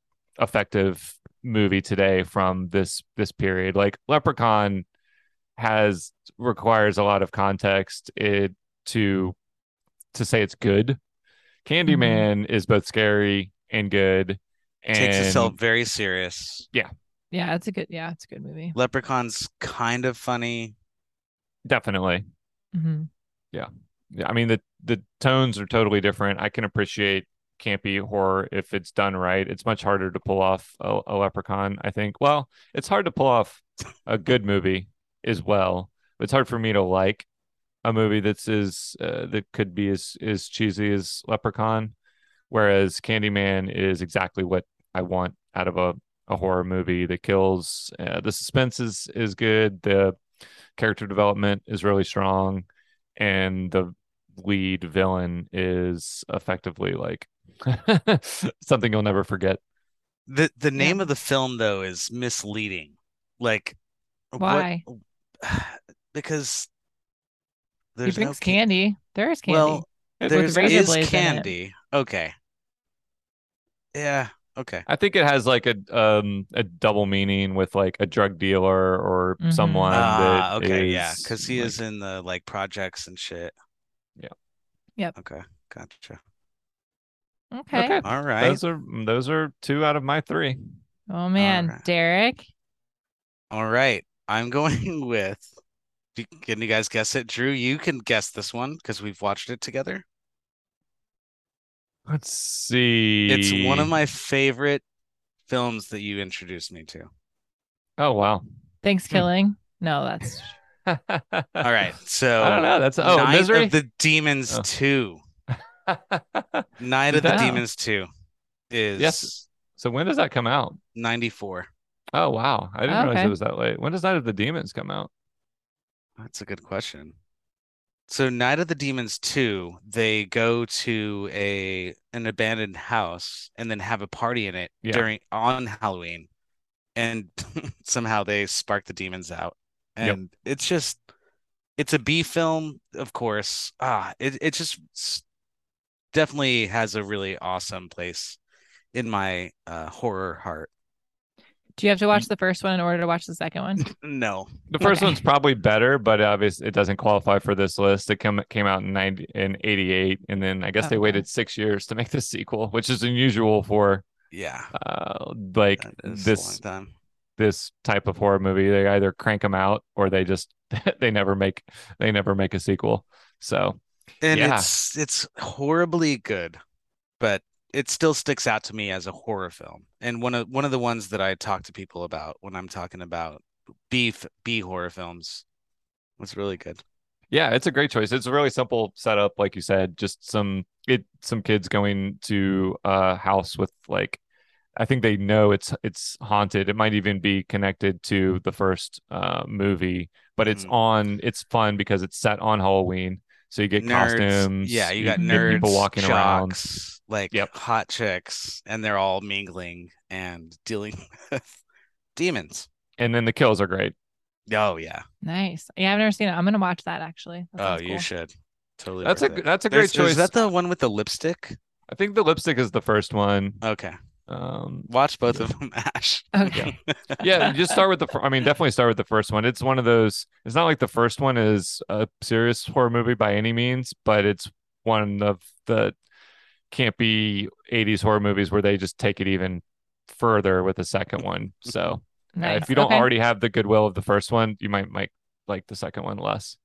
A: effective movie today from this this period like leprechaun has requires a lot of context it to to say it's good
C: Mm-hmm.
A: candyman is both scary and good and
C: Takes itself very serious.
B: Yeah, it's a good. Yeah, it's a good movie.
C: Leprechaun's kind of funny.
A: definitely
B: hmm
A: Yeah, I mean the the tones are totally different. I can appreciate campy horror if it's done right. It's much harder to pull off a, a Leprechaun, I think. Well, it's hard to pull off a good movie as well. It's hard for me to like a movie that's as uh, that could be as as cheesy as Leprechaun, whereas Candyman is exactly what I want out of a a horror movie. The kills, uh, the suspense is is good. The character development is really strong and the lead villain is effectively like something you'll never forget.
C: the The name of the film though is misleading. Like, what-
B: Why?
C: Because
B: He
C: there's no
B: drinks
C: ca-
B: candy. There is candy.
C: Well,
B: with
C: there's
B: razor
C: is
B: blades in it.
C: candy. Okay. Yeah. Okay.
A: I think it has like a um a double meaning with like a drug dealer or
B: Mhm.
A: someone
C: Ah,
A: that
C: okay, yeah,
A: is,
C: because he
A: like-
C: is in the like projects and shit.
A: Yeah.
B: Yep.
C: Okay, gotcha.
B: okay.
A: okay.
C: All right.
A: Those are those are two out of my three.
B: Oh man,
C: right.
B: Derek.
C: All right. I'm going with. do- Can you guys guess it? Drew, you can guess this one because we've watched it together.
A: Let's see.
C: It's one of my favorite films that you introduced me to.
A: Oh wow.
B: Thanksgiving. No, that's
A: All
C: All right. So,
A: I don't know. That's oh
C: Night
A: misery.
C: of the Demons
A: Oh.
C: 2. Night of the
A: Wow.
C: Demons 2 is
A: so when does that come out?
C: 94.
A: Oh wow. I didn't realize
B: Okay.
A: it was that late. When does Night of the Demons come out?
C: That's a good question. So Night of the Demons 2, they go to a an abandoned house and then have a party in it
A: Yeah.
C: during on Halloween. And somehow they spark the demons out.
A: Yep.
C: And it's just it's a B film, of course. Ah, it it just s- definitely has a really awesome place in my uh horror heart.
B: do you have to watch the first one in order to watch the second one?
C: No.
A: The first
B: Okay.
A: one's probably better, but obviously it doesn't qualify for this list. It come came out in ninety in eighty eight, and then I guess they
B: Okay.
A: waited six years to make the sequel, which is unusual for
C: Yeah.
A: uh, like
C: That is a long
A: this
C: time.
A: this type of horror movie. They either crank them out or they just they never make they never make a sequel. So
C: and
A: Yeah.
C: it's it's horribly good, but it still sticks out to me as a horror film. And one of one of the ones that I talk to people about when I'm talking about B f- B horror films was really good.
A: yeah, it's a great choice. It's a really simple setup, like you said. Just some it some kids going to a house with like I think they know it's it's haunted. It might even be connected to the first uh, movie, but it's
C: Mhm.
A: on. It's fun because it's set on Halloween, so you get costumes.
C: yeah, you got
A: get
C: nerds,
A: people walking around.
C: jocks, like
A: Yep.
C: hot chicks, and they're all mingling and dealing with demons.
A: And then the kills are great.
C: Oh yeah,
B: Nice. Yeah, I've never seen it. I'm gonna watch that actually. That
C: oh
B: sounds
C: you
B: cool.
C: should totally.
A: That's a
C: worth it.
A: that's a
C: There's-
A: great choice.
C: Is that the one with the lipstick?
A: I think the lipstick is the first one.
C: Okay,
A: Um,
C: watch both of them, Ash.
B: Okay.
A: yeah, you just start with the. fir- I mean, definitely start with the first one. It's one of those. It's not like the first one is a serious horror movie by any means, but it's one of the campy '80s horror movies where they just take it even further with the second one. So uh,
B: Nice.
A: if you don't
B: okay.
A: already have the goodwill of the first one, you might might like the second one less.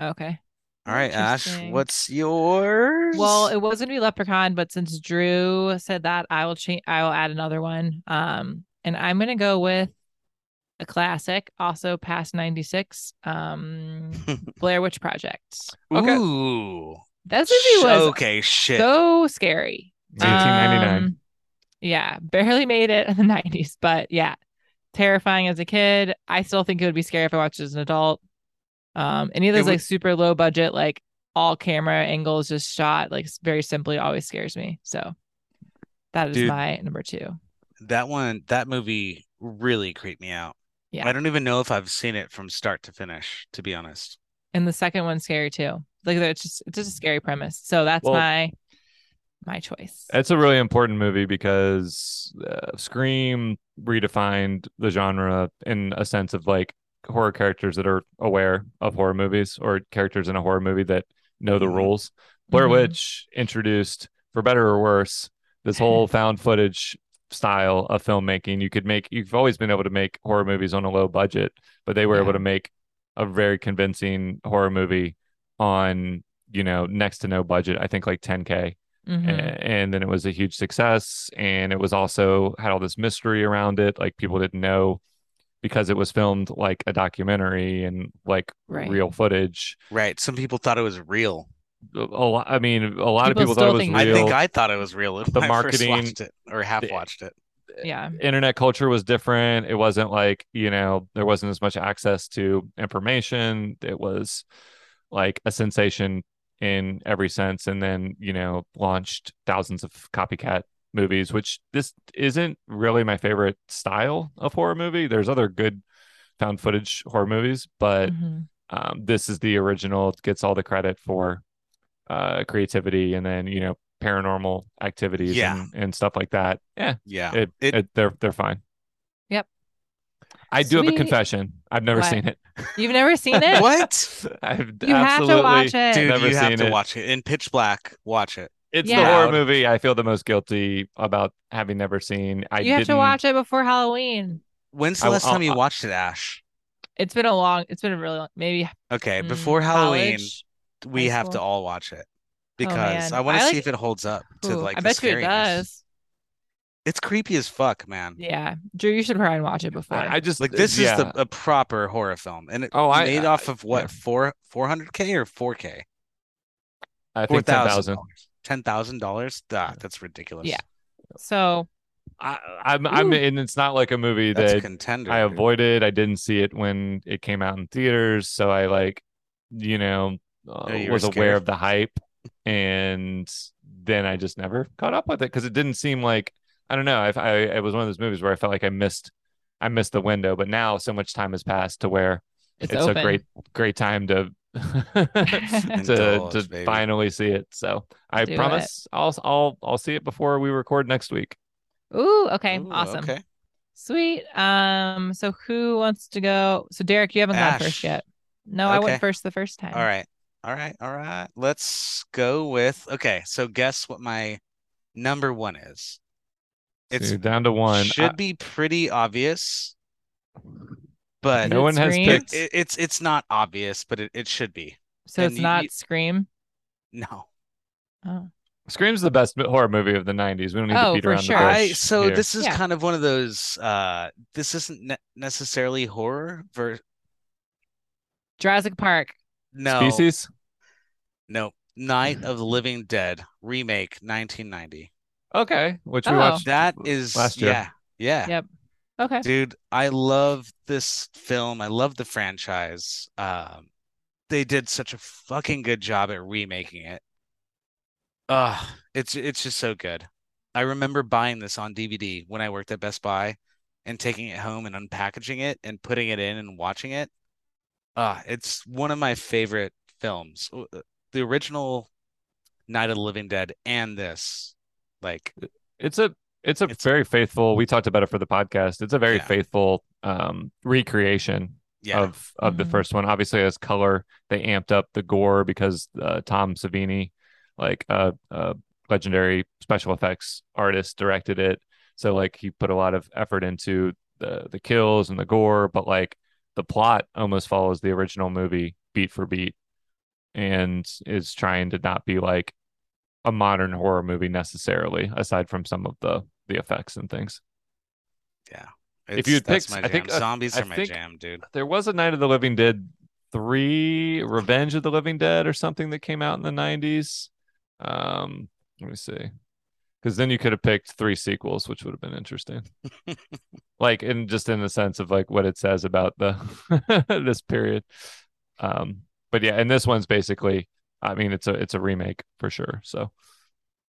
B: Okay.
C: All right, Ash,
B: Interesting.
C: what's yours?
B: Well, it was gonna be Leprechaun, but since Drew said that, I will change. I will add another one. Um, and I'm gonna go with a classic, also past '96, um, Blair Witch Project.
A: okay.
C: Ooh,
B: That movie was
C: okay, shit.
B: so scary.
A: 1899.
B: Um, yeah, barely made it in the 90s, but yeah, terrifying as a kid. I still think it would be scary if I watched it as an adult. Um, any of
C: It
B: those
C: would-
B: like super low budget, like all camera angles just shot like s- very simply always scares me. So that is
C: Dude.
B: my number two.
C: that one, that movie really creeped me out.
B: Yeah.
C: I don't even know if I've seen it from start to finish, to be honest.
B: And the second one's scary too. Like it's just it's just a scary premise. So that's
A: Well-
B: my my choice.
A: It's a really important movie because uh, Scream redefined the genre in a sense of like horror characters that are aware of horror movies or characters in a horror movie that know the
C: Mhm.
A: rules. Blair
B: Mhm.
A: Witch introduced, for better or worse, this whole found footage style of filmmaking. You could make, you've always been able to make horror movies on a low budget, but they were
B: Yeah.
A: able to make a very convincing horror movie on, you know, next to no budget. I think like 10K
B: Mhm.
A: a- and then it was a huge success and it was also had all this mystery around it like people didn't know because it was filmed like a documentary and like
B: Right.
A: real footage
C: Right. Some people thought it was real.
A: a lot i mean a lot
B: People
A: of people
B: still
A: thought it was
B: think
A: real
B: that.
C: I think I thought it was real when
A: The
C: I first
A: marketing-
C: watched it or half watched it.
B: yeah.
A: internet culture was different it wasn't like you know there wasn't as much access to information it was like a sensation in every sense and then you know launched thousands of copycat movies which this isn't really my favorite style of horror movie there's other good found footage horror movies but
B: Mhm.
A: um, this is the original it gets all the credit for uh, creativity and then you know paranormal activities
C: Yeah.
A: and, and stuff like that yeah
C: Yeah.
A: it,
C: It-
A: it- they're they're fine.
B: Yep.
A: I do have a
B: Sweet.
A: confession. I've never
B: What?
A: seen it.
B: You've never seen it?
C: What?
A: I've
B: You have to
A: absolutely
B: watch it.
C: Dude,
A: never
C: you have
A: seen
C: to
A: it.
C: watch it. In pitch black, watch it.
A: It's the
B: Yeah.
A: horror movie I feel the most guilty about having never seen. I
B: you have
A: didn't,
B: to watch it before Halloween.
C: When's
A: I-
C: the last time
A: I-
C: you
A: I-
C: watched it, Ash?
B: It's been a long. It's been a really long, maybe
C: Okay,
B: mm,
C: Eh, before Halloween,
B: college.
C: we
B: high
C: have to
B: school. Oh,
C: all watch it because
B: man.
C: I want
B: I
C: to
B: like-
C: see if it holds up to
B: Ooh,
C: like
B: I
C: the
B: bet you it
C: scariness.
B: does.
C: It's creepy as fuck, man.
B: Yeah, Drew, you should probably watch it before.
A: I I just
C: Like this
A: yeah.
C: is the a proper horror film, and it
A: Oh, I-
C: made
A: I-
C: off of what
A: yeah.
C: four four hundred k or four k
A: I
C: four
A: think ten
C: thousand
A: thousand.
C: dollars ten thousand dollars. That's ridiculous.
B: Yeah. so
A: I'm I'm
B: Ooh.
A: and it's not like a movie
C: that's a
A: that
C: contender.
A: I
C: dude.
A: avoided. I didn't see it when it came out in theaters, so I like, you know, uh,
C: Oh, you were
A: was aware
C: scared.
A: of the hype, and then I just never caught up with it because it didn't seem like I don't know. I, I it was one of those movies where I felt like I missed I missed the window, but now so much time has passed to where
B: it's,
A: it's,
B: open.
A: a great great time to to to
C: Indulge, baby.
A: finally see it. So I
B: Do it.
A: promise I'll I'll I'll see it before we record next week.
B: Ooh, okay,
C: Ooh,
B: awesome,
C: Okay,
B: sweet. Um, so who wants to go? So Derek, you haven't gone
C: Ash.
B: first yet. No, I
C: Okay.
B: went first the first time.
C: all right, all right, all right. Let's go with okay. So guess what my number one is. It's
A: It's down to one.
C: should be pretty obvious,
A: I-
C: but
B: it
A: no one has
B: Scream?
A: picked.
C: it, it's it's not obvious, but it, it should be.
B: So
C: And
B: it's
C: you-
B: not
C: you-
B: Scream.
C: No.
B: Oh,
A: Scream's the best mo- horror movie of the 90s. We don't need
B: Oh,
A: to beat
B: for
A: around
B: sure.
A: the bush.
C: I so
A: here.
C: this is
B: Yeah.
C: kind of one of those uh this isn't ne- necessarily horror ver
B: Jurassic Park.
C: no
A: Species?
C: no Night of the Living Dead remake 1990.
A: Okay, which
B: Oh.
A: we watched.
C: That is
A: last year.
C: yeah. Yeah.
B: Yep. Okay.
C: Dude, I love this film. I love the franchise. Um they did such a fucking good job at remaking it. Ugh, it's it's just so good. I remember buying this on DVD when I worked at Best Buy and taking it home and unpackaging it and putting it in and watching it. Ah, it's one of my favorite films. W- uh, The original Night of the Living Dead and this. Like,
A: It's a it's a
C: It's-
A: very faithful. We talked about it for the podcast. It's a very
C: Yeah.
A: faithful um recreation
C: yeah.
A: of of the
B: Mhm.
A: first one. Obviously, as color, they amped up the gore because uh, Tom Savini, like a uh, uh, legendary special effects artist, directed it. So like he put a lot of effort into the the kills and the gore, but like the plot almost follows the original movie beat for beat, and is trying to not be like a modern horror movie necessarily, aside from some of the the effects and things.
C: It's,
A: you'd
C: that's
A: picked-
C: my
A: I think,
C: jam.
A: uh,
C: Zombies
A: I
C: are my
A: think-
C: jam, dude.
A: There was a Night of the Living Dead three, Revenge of the Living Dead, or something that came out in the '90s. Um, let me see, because then you could have picked three sequels, which would have been interesting. like, in just in the sense of like what it says about the this period. Um, but yeah, and this one's basically, I mean, it's a it's a remake for sure. So,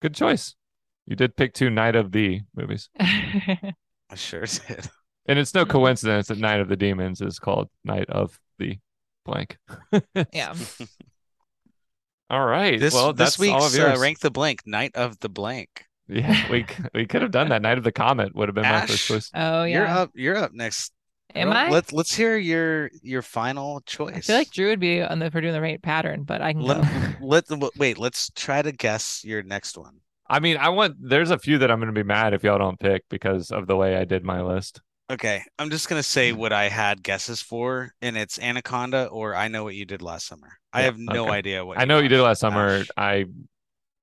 A: good choice. You did pick two Night of the movies.
C: I sure did.
A: And it's
B: Mm-hmm.
A: no coincidence that Night of the Demons is called Night of the blank.
B: yeah.
A: All right.
C: This
A: well,
C: this
A: that's all of
C: week's uh,
A: yours.
C: rank the blank, night of the blank.
A: Yeah, we c- we could have done that. Night of the Comet would have been my first
C: Ash.
A: choice.
B: Oh yeah.
C: You're up. You're up next.
B: Am
C: Well,
B: I?
C: Let's let's hear your your final choice.
B: I feel like Drew would be on the for doing the right pattern, but I can go.
C: let, let w- wait. Let's try to guess your next one.
A: I mean, I want there's a few that I'm going to be mad if y'all don't pick because of the way I did my list.
C: Okay, I'm just gonna
A: Hmm.
C: say what I had guesses for, and it's Anaconda or I Know What You Did Last Summer. I
A: Yeah,
C: have no
A: okay.
C: idea what
A: I know what you did last
C: watched.
A: summer.
C: Ash.
A: I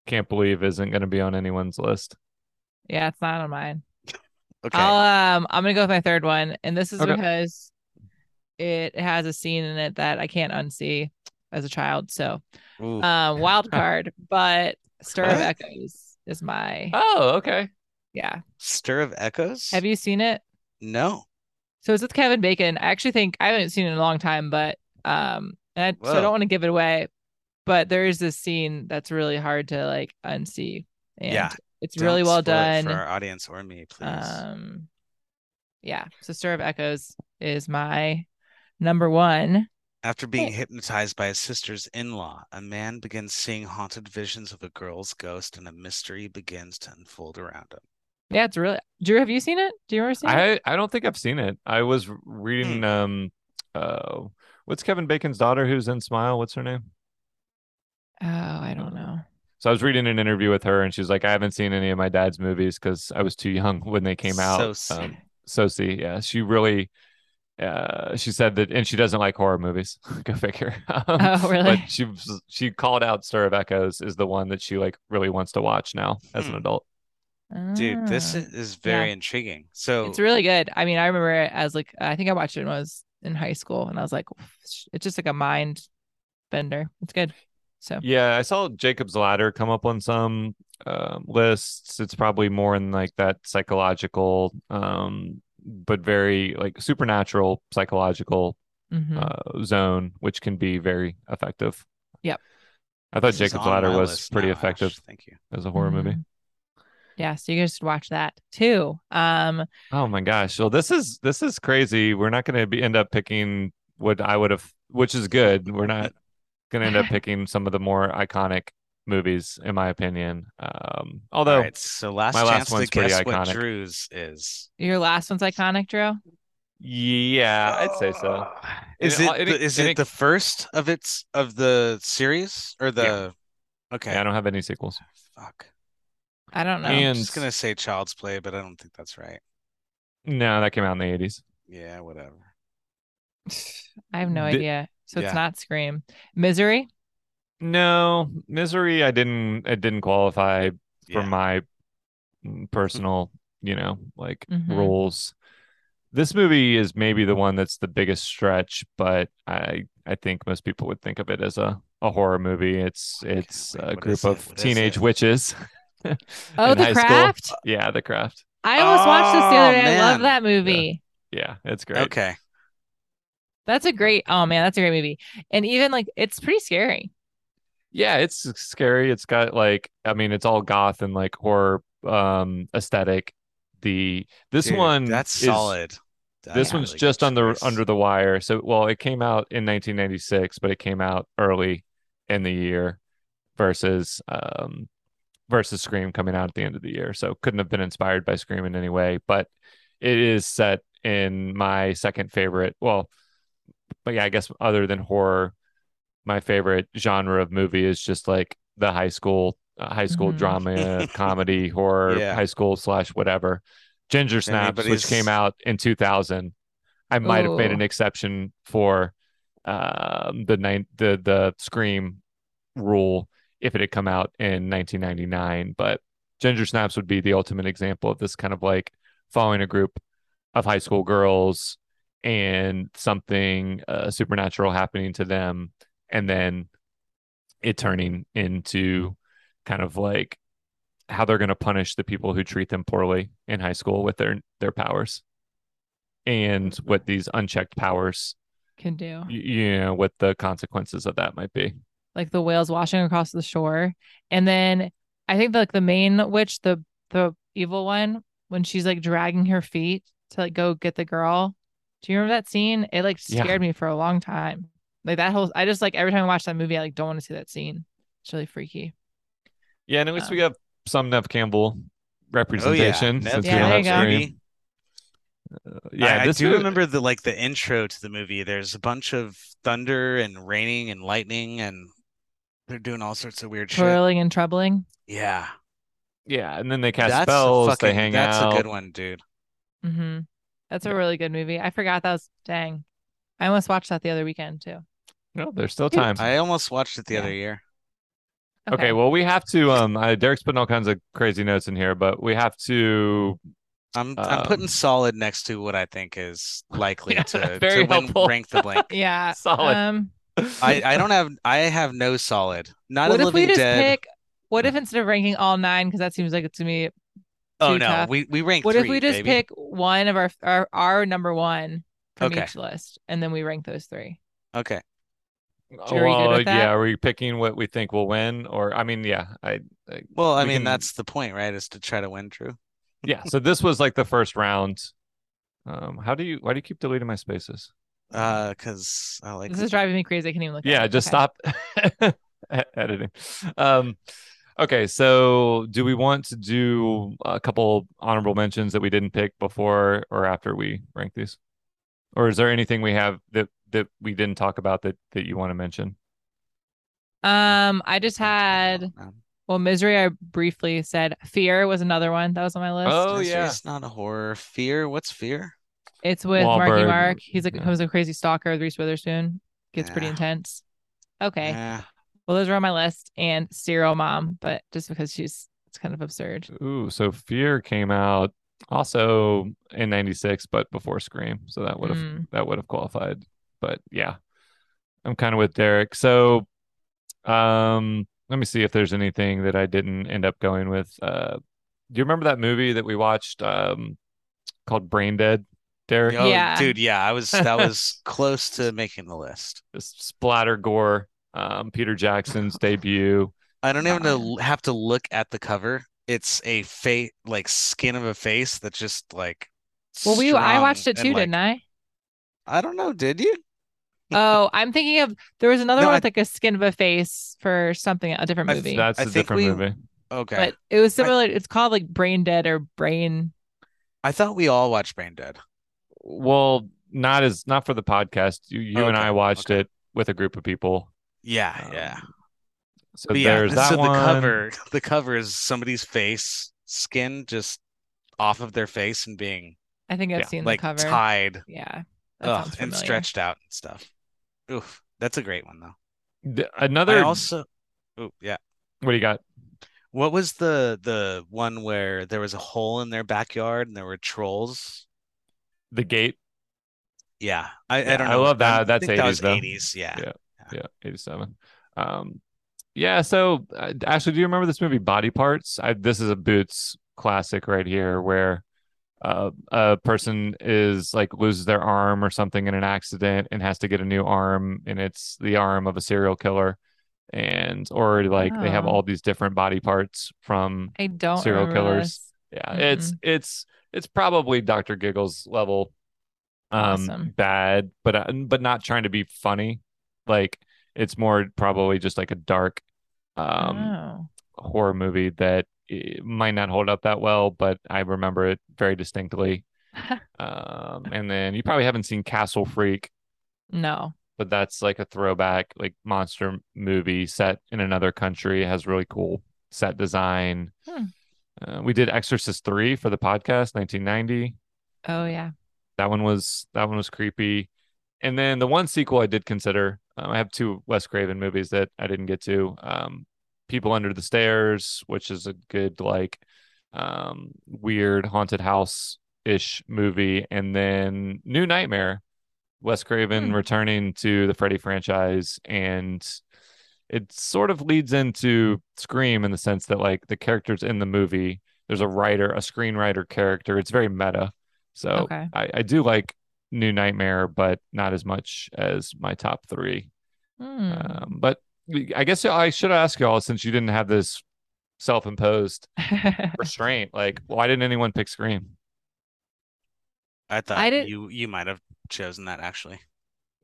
A: can't believe isn't going to be on anyone's list.
B: Yeah, it's not on mine.
C: Okay,
B: I'll um I'm gonna go with my third one, and this is
A: Okay.
B: because it has a scene in it that I can't unsee as a child. So
C: Ooh,
B: um wild card, but Stir of
C: What?
B: Echoes is my
A: Oh, okay.
B: yeah.
C: Stir of Echoes.
B: Have you seen it?
C: No.
B: So it's with Kevin Bacon. I actually think I haven't seen it in a long time, but um, and I, so I
C: Whoa.
B: don't want to give it away. But there is this scene that's really hard to like unsee, and
C: Yeah,
B: it's
C: Don't
B: really well
C: spoil it
B: done.
C: for our audience or me, please.
B: Um, yeah, Sister of Echoes is my number one.
C: After being hypnotized by his sister's in law, a man begins seeing haunted visions of a girl's ghost and a mystery begins to unfold around him.
B: Yeah, it's really Drew. Have you seen it? Do you ever see it?
A: I I don't think I've seen it. I
C: Hmm.
A: was reading um uh what's Kevin Bacon's daughter who's in Smile? What's her name?
B: Oh, I don't know.
A: So I was reading an interview with her, and she's like, "I haven't seen any of my dad's movies because I was too young when they came out."
C: So
A: Um, Sosie, yeah, she really, uh, she said that, and she doesn't like horror movies. Go figure. Um,
B: Oh, really?
A: But she was- she called out "Stir of Echoes" is the one that she like really wants to watch now as an
C: Hmm.
A: adult.
C: Dude, this
B: Ah.
A: mm,
C: is is very intriguing. So
B: It's really good. I mean, I remember it as like I think I watched it when I was in high school, and I was like, it's just like a mind bender. It's good. So
A: Yeah, I saw Jacob's Ladder come up on some um, lists. It's probably more in like that psychological, um, but very like supernatural psychological
B: mhm.
A: uh, zone, which can be very effective.
B: Yep.
A: I thought
C: this is
A: Jacob's
C: on
A: Ladder
C: my
A: was
C: list
A: pretty
C: now, Ash.
A: effective
C: Thank you.
A: as a horror movie.
B: Mhm. yeah, so you guys should watch that too. Um,
A: Oh my gosh! Well, this is this is crazy. We're not going to be end up picking what I would have, which is good. We're not going to end up picking some of the more iconic movies, in my opinion. Um, although
C: All right, so last
A: my last
C: chance to
A: one's pretty
C: guess what
A: iconic.
C: Drew's is.
B: your last one's iconic, Drew.
A: Yeah, Uh, I'd say so. And
C: Is
A: it-
C: it,
A: and
C: the-
A: it-
C: is
A: and
C: it,
A: it-
C: the first of its of the series or the Okay.
A: Yeah, I don't have any sequels.
C: Fuck.
B: I don't know.
A: And-
C: I'm just gonna say Child's Play, but I don't think that's right.
A: No, that came out in the eighties.
C: Yeah, whatever.
B: I have no
A: Th-
B: idea. So
C: yeah.
B: it's not Scream. Misery.
A: No, Misery. I didn't. It didn't qualify for
C: Yeah.
A: my mm, personal, you know, like
B: Mhm.
A: rules. This movie is maybe the one that's the biggest stretch, but I I think most people would think of it as a, a horror movie. It's
C: Okay,
A: it's
C: wait,
A: a
C: what is
A: group
C: it?
A: of
C: What is
A: teenage
C: it?
A: witches. in
B: Oh, The
A: high school.
B: Craft.
A: Yeah, The Craft.
B: I almost watched this the
C: Oh,
B: other day. I love
C: man.
B: that movie.
A: Yeah, it's great.
C: Okay.
B: That's a great. Oh man, that's a great movie. And even like it's pretty scary.
A: Yeah, it's scary. It's got like I mean, it's all goth and like horror um aesthetic. The this
C: Dude,
A: one
C: that's
A: is-
C: solid. That's
A: this
C: a
A: one's
C: really
A: just
C: good
A: on the
C: choice.
A: under the wire. So well, it came out in 1996, but it came out early in the year versus um versus Scream coming out at the end of the year. So couldn't have been inspired by Scream in any way, but it is set in my second favorite, well, but yeah, I guess other than horror, my favorite genre of movie is just like the high school uh, high school
B: Mhm.
A: drama, comedy, horror,
C: Yeah.
A: high school slash whatever. Ginger Snaps, which
C: anybody's-
A: came out in 2000. I might have made
B: Ooh.
A: an exception for um, the nine the the Scream rule if it had come out in 1999, but Ginger Snaps would be the ultimate example of this kind of like following a group of high school girls and something uh, supernatural happening to them and then it turning into kind of like how they're going to punish the people who treat them poorly in high school with their their powers and what these unchecked powers
B: Can do.
A: y- you know what the consequences of that might be
B: like the whales washing across the shore. And then I think like the main witch, the the evil one, when she's like dragging her feet to like go get the girl. Do you remember that scene? It like
A: Yeah.
B: scared me for a long time. Like that whole I just like every time I watch that movie, I like don't want to see that scene. It's really freaky.
A: yeah and at least we
B: Um,
A: have some nev campbell
C: Oh,
A: representation
C: Nev
A: since we
B: Yeah,
A: don't
B: there
A: have
B: you go.
A: Scream.
C: Maybe.
A: yeah
C: I, I
A: this
C: do
A: movie-
C: remember the like the intro to the movie. There's a bunch of thunder and raining and lightning, and they're doing all sorts of weird shit.
B: Twirling and troubling.
C: Yeah,
A: yeah and then they cast
C: that's a
A: spells they
C: fucking-
A: hang
C: that's
A: out
C: a good one, dude.
B: Mm-hmm. That's a
A: Yeah.
B: really good movie. I forgot that was dang. I almost watched that the other weekend too.
A: no Oh, there's still time
C: I almost watched it the
B: Yeah.
C: other year.
A: Okay. well, we have to. Um, I, Derek's putting all kinds of crazy notes in here, but we have to.
C: I'm I'm putting
A: Um,
C: solid next to what I think is likely
A: Yeah,
C: to,
A: very
C: to win
A: helpful.
C: rank the blank.
B: yeah.
A: Solid.
B: Um
C: Uh, I, I don't have I have no solid. Not
B: what
C: a
B: if we
C: living
B: just
C: dead.
B: pick what if instead of ranking all nine because that seems like it to me
C: oh
B: too
C: no,
B: tough,
C: we we rank
B: what
C: three.
B: if we just
C: baby.
B: pick one of our our, our number one from
C: Okay.
B: each list and then we rank those three
C: Okay,
B: Are we good
A: well,
B: with that?
A: yeah. Are we picking what we think will win, or I mean, yeah, I
C: well, I
A: We
C: mean
A: can-
C: that's the point, right? Is to try to win, Drew.
A: yeah. so this was like the first round. Um, how do you? Why do you keep deleting my spaces?
C: Uh, because I like
B: this is driving me crazy i can't even look at
A: yeah,
B: it.
A: just
B: Okay.
A: stop e- editing. Um, okay, so do we want to do a couple honorable mentions that we didn't pick before or after we rank these, or is there anything we have that that we didn't talk about that that you want to mention?
B: um i just had well misery i briefly said fear was another one that was on my list
A: Oh, yeah.
C: it's not a horror. Fear. What's fear?
B: it's with marky
A: Wahlberg.
B: mark he's a
A: Yeah.
B: who's a crazy stalker with reese witherspoon gets pretty
C: Yeah.
B: intense okay
C: Yeah.
B: well those are on my list and serial mom but just because she's it's kind of absurd
A: Ooh, so Fear came out also in '96, but before Scream, so that would have
B: Mm.
A: that would have qualified. But yeah, I'm kind of with Derek. So, um, let me see if there's anything that I didn't end up going with. Uh, do you remember that movie that we watched um, called Brain Dead? Derek,
C: Oh,
B: Yeah.
C: dude. Yeah, I was that was close to making the list.
A: This splatter gore, um, Peter Jackson's debut.
C: I don't even
B: Uh-uh.
C: know- have to look at the cover. It's a face, like skin of a face that's just like.
B: well we i watched it too
C: didn't I?
B: didn't i
C: I don't know. Did you?
B: Oh, I'm thinking of there was another
C: No,
B: one
C: I-
B: with like a skin of a face for something a different
C: I-
B: movie.
A: That's
C: I
A: a
C: think
A: different
C: we-
A: movie.
C: Okay.
B: but it was
C: I-
B: similar. it's called like Brain Dead or Brain.
C: I thought we all watched Brain Dead.
A: Well, not as not for the podcast. You, you and
C: Okay,
A: I watched
C: okay.
A: it with a group of people.
C: Yeah,
A: Um,
C: yeah.
A: So
C: But yeah,
A: there's that
C: so
A: one.
C: the cover, the cover is somebody's face, skin just off of their face and being
B: I think I've
A: Yeah,
B: seen
C: like
B: the cover.
C: tied,
B: Yeah, that
C: ugh,
B: sounds
C: and
B: familiar.
C: stretched out and stuff. Oof, that's a great one though.
A: D-
C: I
A: Another.
C: also, oh yeah.
A: What do you got?
C: What was the the one where there was a hole in their backyard and there were trolls?
A: The gate.
C: Yeah, I,
A: Yeah,
C: I don't
A: I
C: know.
A: love that.
C: I
A: That's
C: think that
A: 80s
C: was
A: though.
C: 80s. Yeah.
A: Yeah. Yeah, eighty-seven. Um, yeah. So uh, Ashley, do you remember this movie Body Parts? I, this is a Boots classic right here, where uh, a person is like loses their arm or something in an accident and has to get a new arm, and it's the arm of a serial killer, and or like they have
B: Oh.
A: all these different body parts from
B: I don't
A: Serial
B: remember
A: killers.
B: this.
A: Yeah, it's it's it's probably Dr. Giggles level um
B: Awesome.
A: bad, but uh, but not trying to be funny. Like it's more probably just like a dark um
B: oh.
A: horror movie that eh, might not hold up that well, but I remember it very distinctly. um and then you probably haven't seen Castle Freak,
B: no.
A: but that's like a throwback like monster movie set in another country It has really cool set design
B: Hmm.
A: uh, we did exorcist 3 for the podcast 1990
B: Oh yeah.
A: that one was that one was creepy and then the one sequel i did consider um, i have two wes craven movies that i didn't get to um, people under the stairs which is a good like um, weird haunted house ish movie and then new nightmare Wes Craven returning to the Freddy franchise, and it sort of leads into Scream in the sense that like the characters in the movie, there's a writer, a screenwriter character. It's very meta. So
B: Okay.
A: I, I do like New Nightmare, but not as much as my top three.
B: Hmm.
A: Um, but I guess I should ask y'all since you didn't have this self-imposed uh, restraint. Like, why didn't anyone pick Scream?
C: I thought
B: I didn't-
C: you you might have chosen that actually.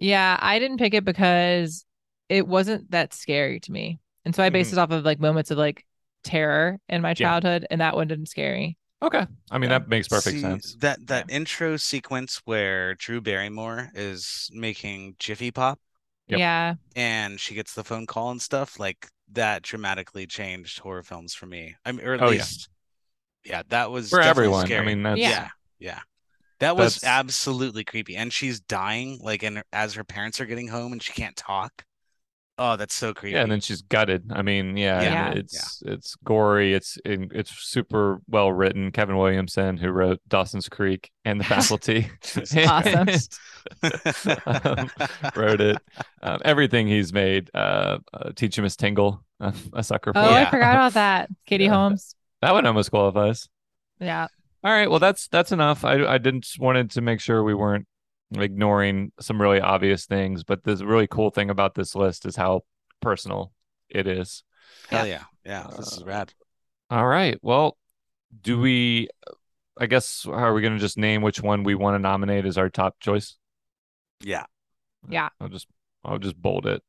B: yeah, I didn't pick it because it wasn't that scary to me, and so I based
A: Mhm.
B: it off of like moments of like terror in my childhood, and that one didn't scare me.
A: Okay, I mean
B: Yeah.
A: that makes perfect
C: See,
A: sense.
C: That that intro sequence where Drew Barrymore is making Jiffy Pop
A: Yep.
B: Yeah,
C: and she gets the phone call and stuff, like that dramatically changed horror films for me. I mean, or at
A: Oh, yeah.
C: least yeah, that was
A: For
C: definitely
A: everyone, I
C: scary.
A: mean that's
B: Yeah.
C: yeah, yeah. That was
A: That's-
C: absolutely creepy. And she's dying, like, and as her parents are getting home and she can't talk. Oh, that's so creepy.
A: Yeah, and then she's gutted. I mean, yeah, and
B: Yeah.
A: it's it's gory. It's in, it's super well written. Kevin Williamson, who wrote Dawson's Creek and The Faculty,
B: Awesome.
A: um, wrote it. Um, everything he's made. Uh, uh, Teach him his tingle. Uh, a sucker for
B: Oh, I
C: Yeah.
B: forgot about that. Katie
A: Yeah.
B: Holmes.
A: that one almost qualifies.
B: Yeah.
A: All right. Well, that's that's enough. I I didn't wanted to make sure we weren't ignoring some really obvious things, but the really cool thing about this list is how personal it is.
C: Hell yeah. Yeah. This is rad.
A: All right. Well, do we? I guess are we going to just name which one we want to nominate as our top choice?
C: Yeah.
B: Yeah.
A: I'll just I'll just bold it.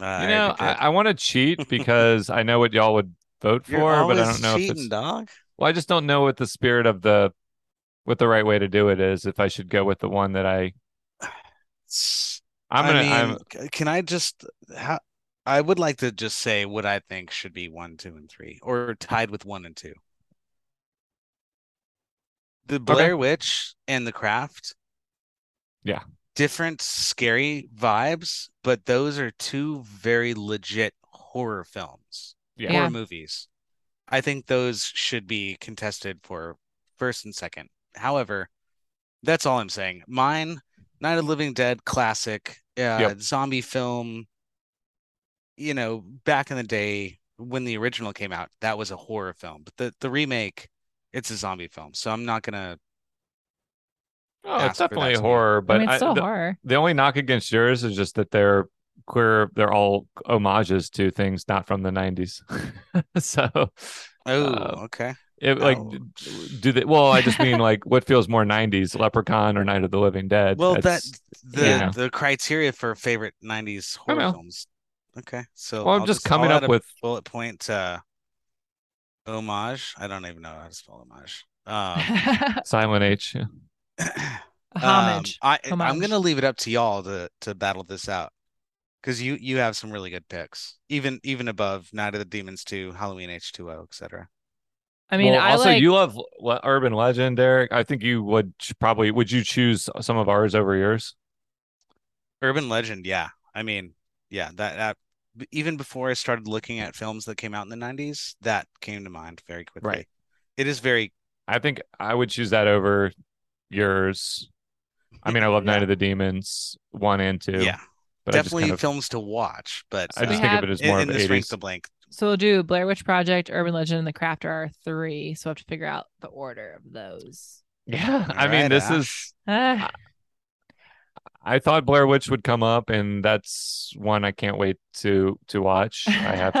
C: Uh,
A: you know, I, I want to cheat because I know what y'all would vote for,
C: You're
A: but I don't
C: always
A: know if
C: cheating,
A: it's
C: dog.
A: Well, I just don't know what the spirit of the what the right way to do it is. If I should go with the one that I I'm
C: I
A: gonna
C: mean,
A: I'm
C: c- can I just how I would like to just say what I think should be one, two, and three, or tied with one and two. The Blair Witch and The Craft.
A: Yeah.
C: Different scary vibes, but those are two very legit horror films,
A: yeah.
B: Yeah.
C: horror movies. I think those should be contested for first and second. However, that's all I'm saying. Mine, Night of the Living Dead, classic, uh,
A: Yep.
C: zombie film. You know, back in the day when the original came out, that was a horror film, but the the remake, it's a zombie film. So I'm not gonna.
A: Oh,
C: ask
A: it's
C: for that
A: definitely
C: to be-
A: horror,
B: I
A: but
B: mean, it's
A: I-
B: still
A: the,
B: horror.
A: the only knock against yours is just that they're queer. They're all homages to things not from the '90s. so
C: Oh,
A: Uh,
C: okay.
A: it like
C: Ouch.
A: do they? Well, I just mean like what feels more '90s, Leprechaun or Night of the Living Dead.
C: Well, that
A: That's-
C: the
A: yeah.
C: the criteria for favorite '90s horror
A: know.
C: films. Okay, so
A: Well, I'm
C: I'll
A: just coming
C: I'll
A: up
C: add a
A: with
C: bullet point uh, homage. I don't even know how to spell homage. Um,
A: Silent H. yeah.
B: Homage.
C: Um, I, I'm
B: Homage.
C: gonna leave it up to y'all to to battle this out because you you have some really good picks, even even above Night of the Demons 2, Halloween H2O, etc.
B: I mean,
A: Well,
B: I
A: also
B: like.
A: you love le- urban legend, Derek. I think you would ch- probably would you choose some of ours over yours?
C: Urban Legend, yeah. I mean, yeah, that that b- even before I started looking at films that came out in the 90s, that came to mind very quickly.
A: Right.
C: It is very
A: I think I would choose that over yours. I mean, I love Night
C: Yeah.
A: of the Demons one and two.
C: yeah,
A: but
C: definitely
A: I just, kind
C: films to watch, but
A: of, I
C: uh,
A: just
B: We
A: think
B: have-
A: of it as
C: in,
A: more
C: in
A: of
C: this rank
A: eighties.
C: the blank.
B: So we'll do Blair Witch Project, Urban Legend, and The Crafter are three. So we'll have to figure out the order of those.
A: Yeah, I mean,
C: Alright,
A: this
C: Ash.
A: is.
B: Ah,
A: I thought Blair Witch would come up, and that's one I can't wait to to watch. I have to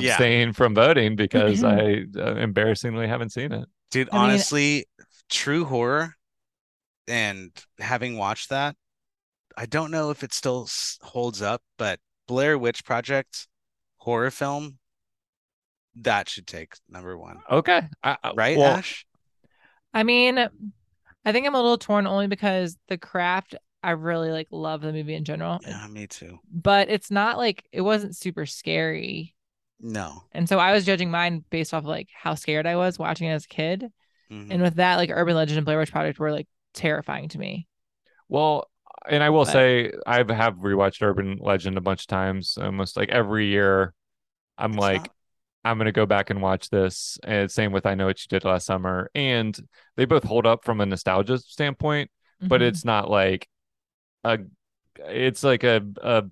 B: Yeah.
A: abstain from voting because I uh, embarrassingly haven't seen it.
C: Dude,
B: I mean-
C: honestly, true horror and having watched that, I don't know if it still s- holds up, but Blair Witch Project horror film, that should take number one.
A: Okay, I, I-
C: Right,
A: Uh, well,
C: Ash?
B: I mean, I think I'm a little torn only because The Craft, I really like love the movie in general,
C: Yeah, me too.
B: but it's not like it wasn't super scary.
C: No.
B: And so I was judging mine based off like how scared I was watching it as a kid.
C: Mhm.
B: And with that, like Urban Legend and Blair Witch Project were like terrifying to me.
A: Well, and I will
B: But-
A: say I have have rewatched Urban Legend a bunch of times, almost like every year. I'm
C: It's
A: like,
C: not-
A: I'm gonna go back and watch this. And same with I Know What You Did Last Summer, and they both hold up from a nostalgia standpoint, but
B: Mhm.
A: it's not like a it's like a a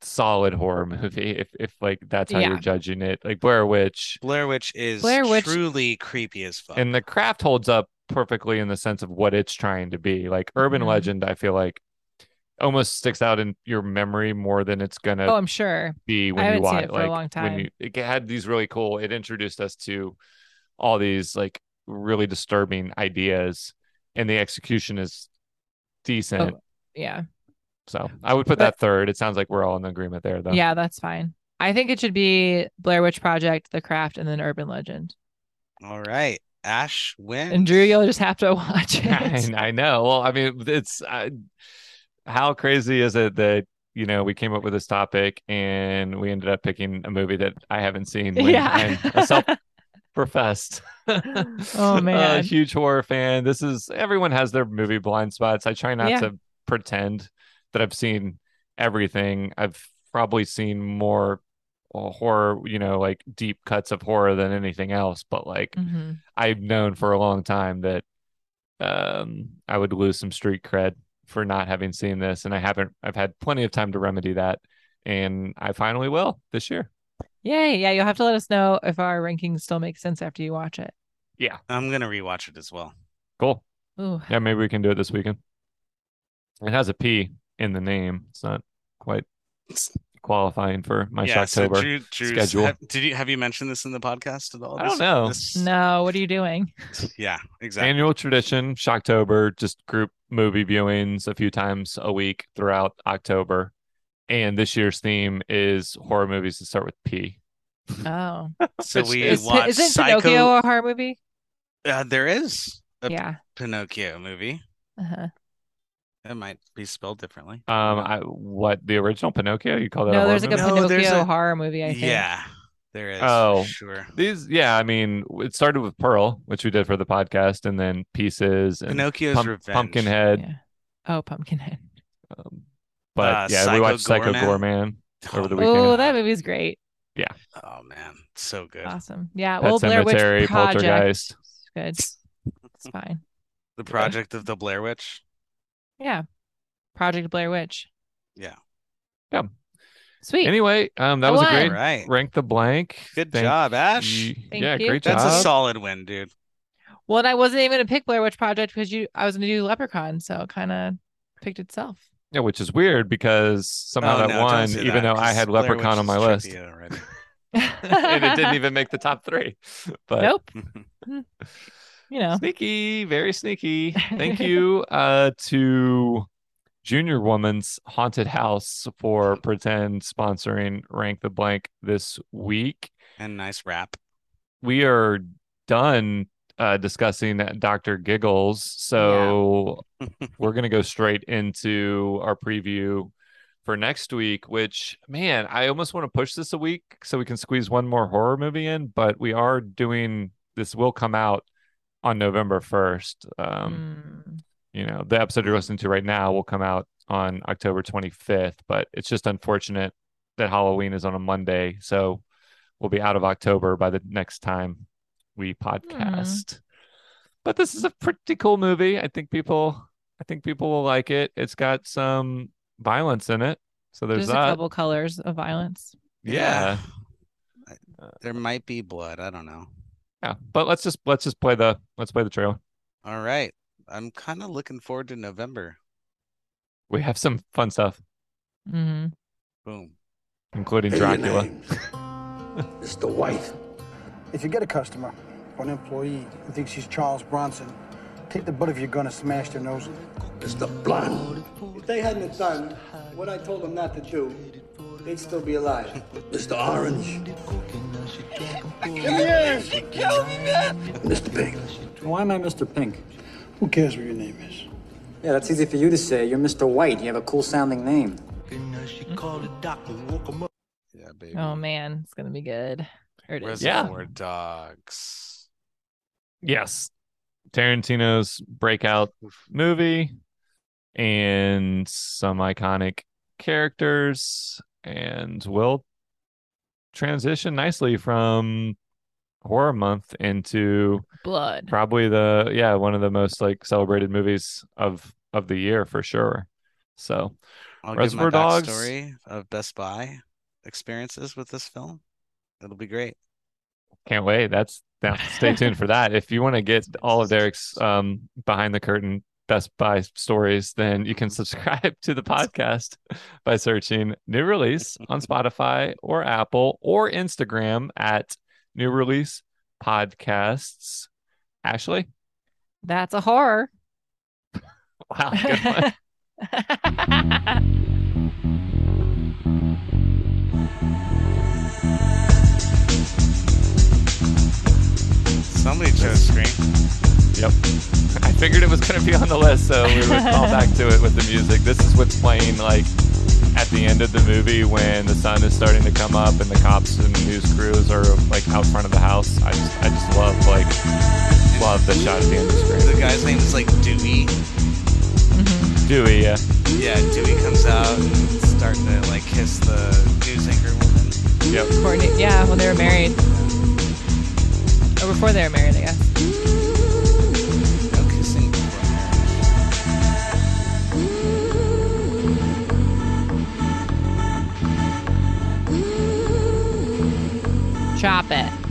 A: solid horror movie if if like that's how
B: Yeah.
A: you're judging it. Like Blair Witch
C: Blair Witch is
B: Blair Witch-
C: truly creepy as fuck.
A: and the craft holds up perfectly in the sense of what it's trying to be. Like urban
B: Mhm.
A: legend, I feel like almost sticks out in your memory more than it's gonna
B: Oh, I'm sure.
A: be when you
B: haven't seen
A: watch
B: it for a
A: like,
B: long time.
A: When you, it had these really cool. It introduced us to all these like really disturbing ideas, and the execution is decent.
B: Yeah.
A: so I would put
B: Oh. but-
A: that third. It sounds like we're all in agreement there, though.
B: Yeah, that's fine. I think it should be Blair Witch Project, The Craft, and then Urban Legend.
C: All right, Ash wins.
B: And Drew, you'll just have to watch it.
A: I, I know. Well, I mean, it's I, how crazy is it that you know we came up with this topic and we ended up picking a movie that I haven't seen. when
B: yeah.
A: I'm a self professed.
B: Oh, man.
A: huge horror fan. This is everyone has their movie blind spots. I try not
B: Yeah.
A: to pretend that I've seen everything. I've probably seen more uh, horror, you know, like deep cuts of horror than anything else. But like
B: Mhm.
A: I've known for a long time that um I would lose some street cred for not having seen this. And I haven't I've had plenty of time to remedy that. And I finally will this year.
B: Yay. Yeah, you'll have to let us know if our rankings still make sense after you watch it.
C: I'm gonna rewatch it as well.
A: Cool.
B: Ooh.
A: Yeah, maybe we can do it this weekend. It has a P in the name. It's not quite qualifying for my
C: yeah, so
A: Shocktober.
C: Drew, Drew's,
A: schedule.
C: Have, did you have you mentioned this in the podcast at all?
A: I don't
C: This-
A: know.
C: this-
B: No, what are you doing?
C: Yeah, exactly.
A: Annual tradition, Shocktober, just group movie viewings a few times a week throughout October. And this year's theme is horror movies that start with P.
B: Oh.
C: so we
A: Is-
B: Is,
C: watched
B: isn't
C: Psycho.
B: Pinocchio a horror movie?
C: Uh, there is a
B: Yeah.
C: Pinocchio movie.
B: Uh-huh.
C: It might be spelled differently.
A: Um, I, what the original Pinocchio? You call that? a
B: No,
A: horror
B: there's like a
A: movie?
C: movie? No, there's
B: Pinocchio
C: a-
B: horror movie, I think.
C: Yeah, there is.
A: Oh.
C: for sure.
A: These, yeah, I mean, it started with Pearl, which we did for the podcast, and then Pieces and
C: Pinocchio's
A: Pump-
C: Revenge.
A: Pumpkinhead.
B: Yeah. Oh, Pumpkinhead.
A: Um, but
C: Uh,
A: yeah,
C: Psycho
A: we watched Psycho
C: Gorman.
A: Gorman. over the
C: Oh,
A: weekend.
B: Oh, that movie's great.
C: oh man, so good.
B: Awesome. Yeah.
A: Pet
B: well, Blair
A: Cemetery,
B: Witch Project.
A: Poltergeist.
B: Good. It's fine.
C: The project of the Blair Witch.
B: Yeah. Project Blair Witch.
C: Yeah.
A: Yeah.
B: Sweet.
A: Anyway, um, that
B: I
A: was a
B: won.
A: great
C: All right.
A: rank the blank.
C: Good
A: Thank
C: job, Ash.
A: you-
B: Thank
A: yeah,
B: you.
A: great job.
C: That's a solid win, dude.
B: well, and I wasn't even gonna pick Blair Witch Project because you I was gonna do Leprechaun, so it kind of picked itself.
A: yeah, which is weird because somehow
C: Oh,
A: that
C: no, don't
A: won,
C: say
A: even
C: that,
A: though I
C: 'cause
A: had
C: Blair
A: Leprechaun
C: Witch
A: on
C: is
A: my list,
C: trippy already.
A: and it didn't even make the top three. But
B: Nope. You know.
A: Sneaky, very sneaky. Thank you uh, to Junior Woman's Haunted House for pretend sponsoring Rank the Blank this week.
C: and nice rap.
A: We are done uh, discussing Dr. Giggles. So we're going to go straight into our preview for next week, which, man, I almost want to push this a week so we can squeeze one more horror movie in, but we are doing this, will come out on November 1st. Um,
B: Mm.
A: you know the episode you're listening to right now will come out on october 25th but it's just unfortunate that halloween is on a monday so we'll be out of october by the next time we
B: Mm-hmm.
A: podcast but this is a pretty cool movie i think people i think people will like it it's got some violence in it so there's,
B: There's a
A: that
B: couple colors of violence.
A: yeah Uh,
C: There might be blood. I don't know.
A: yeah but let's just let's just play the let's play the trailer
C: All right. I'm kind of looking forward to November.
A: we have some fun stuff
B: hmm
C: Boom.
A: including
H: Hey, your
A: dracula
H: Mr. White.
I: If you get a customer or an employee who thinks she's Charles Bronson, take the butt of your gun and smash their nose.
H: Mr. Blonde.
I: If they hadn't have done what I told them not to do, they'd still be alive.
H: Mr. Orange.
I: yes!
H: Mr. Pink.
I: Why am I Mr. Pink? Who cares what your name is?
J: Yeah, that's easy for you to say. You're Mr. White. You have a cool sounding name.
C: Yeah, baby.
B: Oh man, it's gonna be good. Or it is.
A: Yeah.
C: Reservoir Dogs.
A: yes tarantino's breakout movie and some iconic characters and will transition nicely from horror month into
B: Blood.
A: probably the yeah one of the most like celebrated movies of of the year for sure So
C: I'll
A: Reservoir
C: give my
A: Dogs.
C: backstory of Best Buy experiences with this film. It'll be great.
A: can't wait. That's now stay tuned for that. If you want to get all of Derek's um, behind the curtain Best Buy stories, then you can subscribe to the podcast by searching New Release on Spotify or Apple or Instagram at New Release Podcasts. Ashley,
B: That's a horror.
A: wow, good one.
C: Somebody chose Scream.
A: Yep. I figured it was going to be on the list, so we would call back to it with the music. This is what's playing like at the end of the movie when the sun is starting to come up and the cops and news crews are like out front of the house. I just, I just love like love the shot at the end of the
C: The
A: screen.
C: guy's name is like Dewey.
A: Dewey, yeah.
C: Yeah, Dewey comes out and starts to like kiss the news anchor woman.
A: Yep.
B: Courtney. Yeah, when they were married. Or before they were married, I guess.
C: No kissing.
B: Chop it.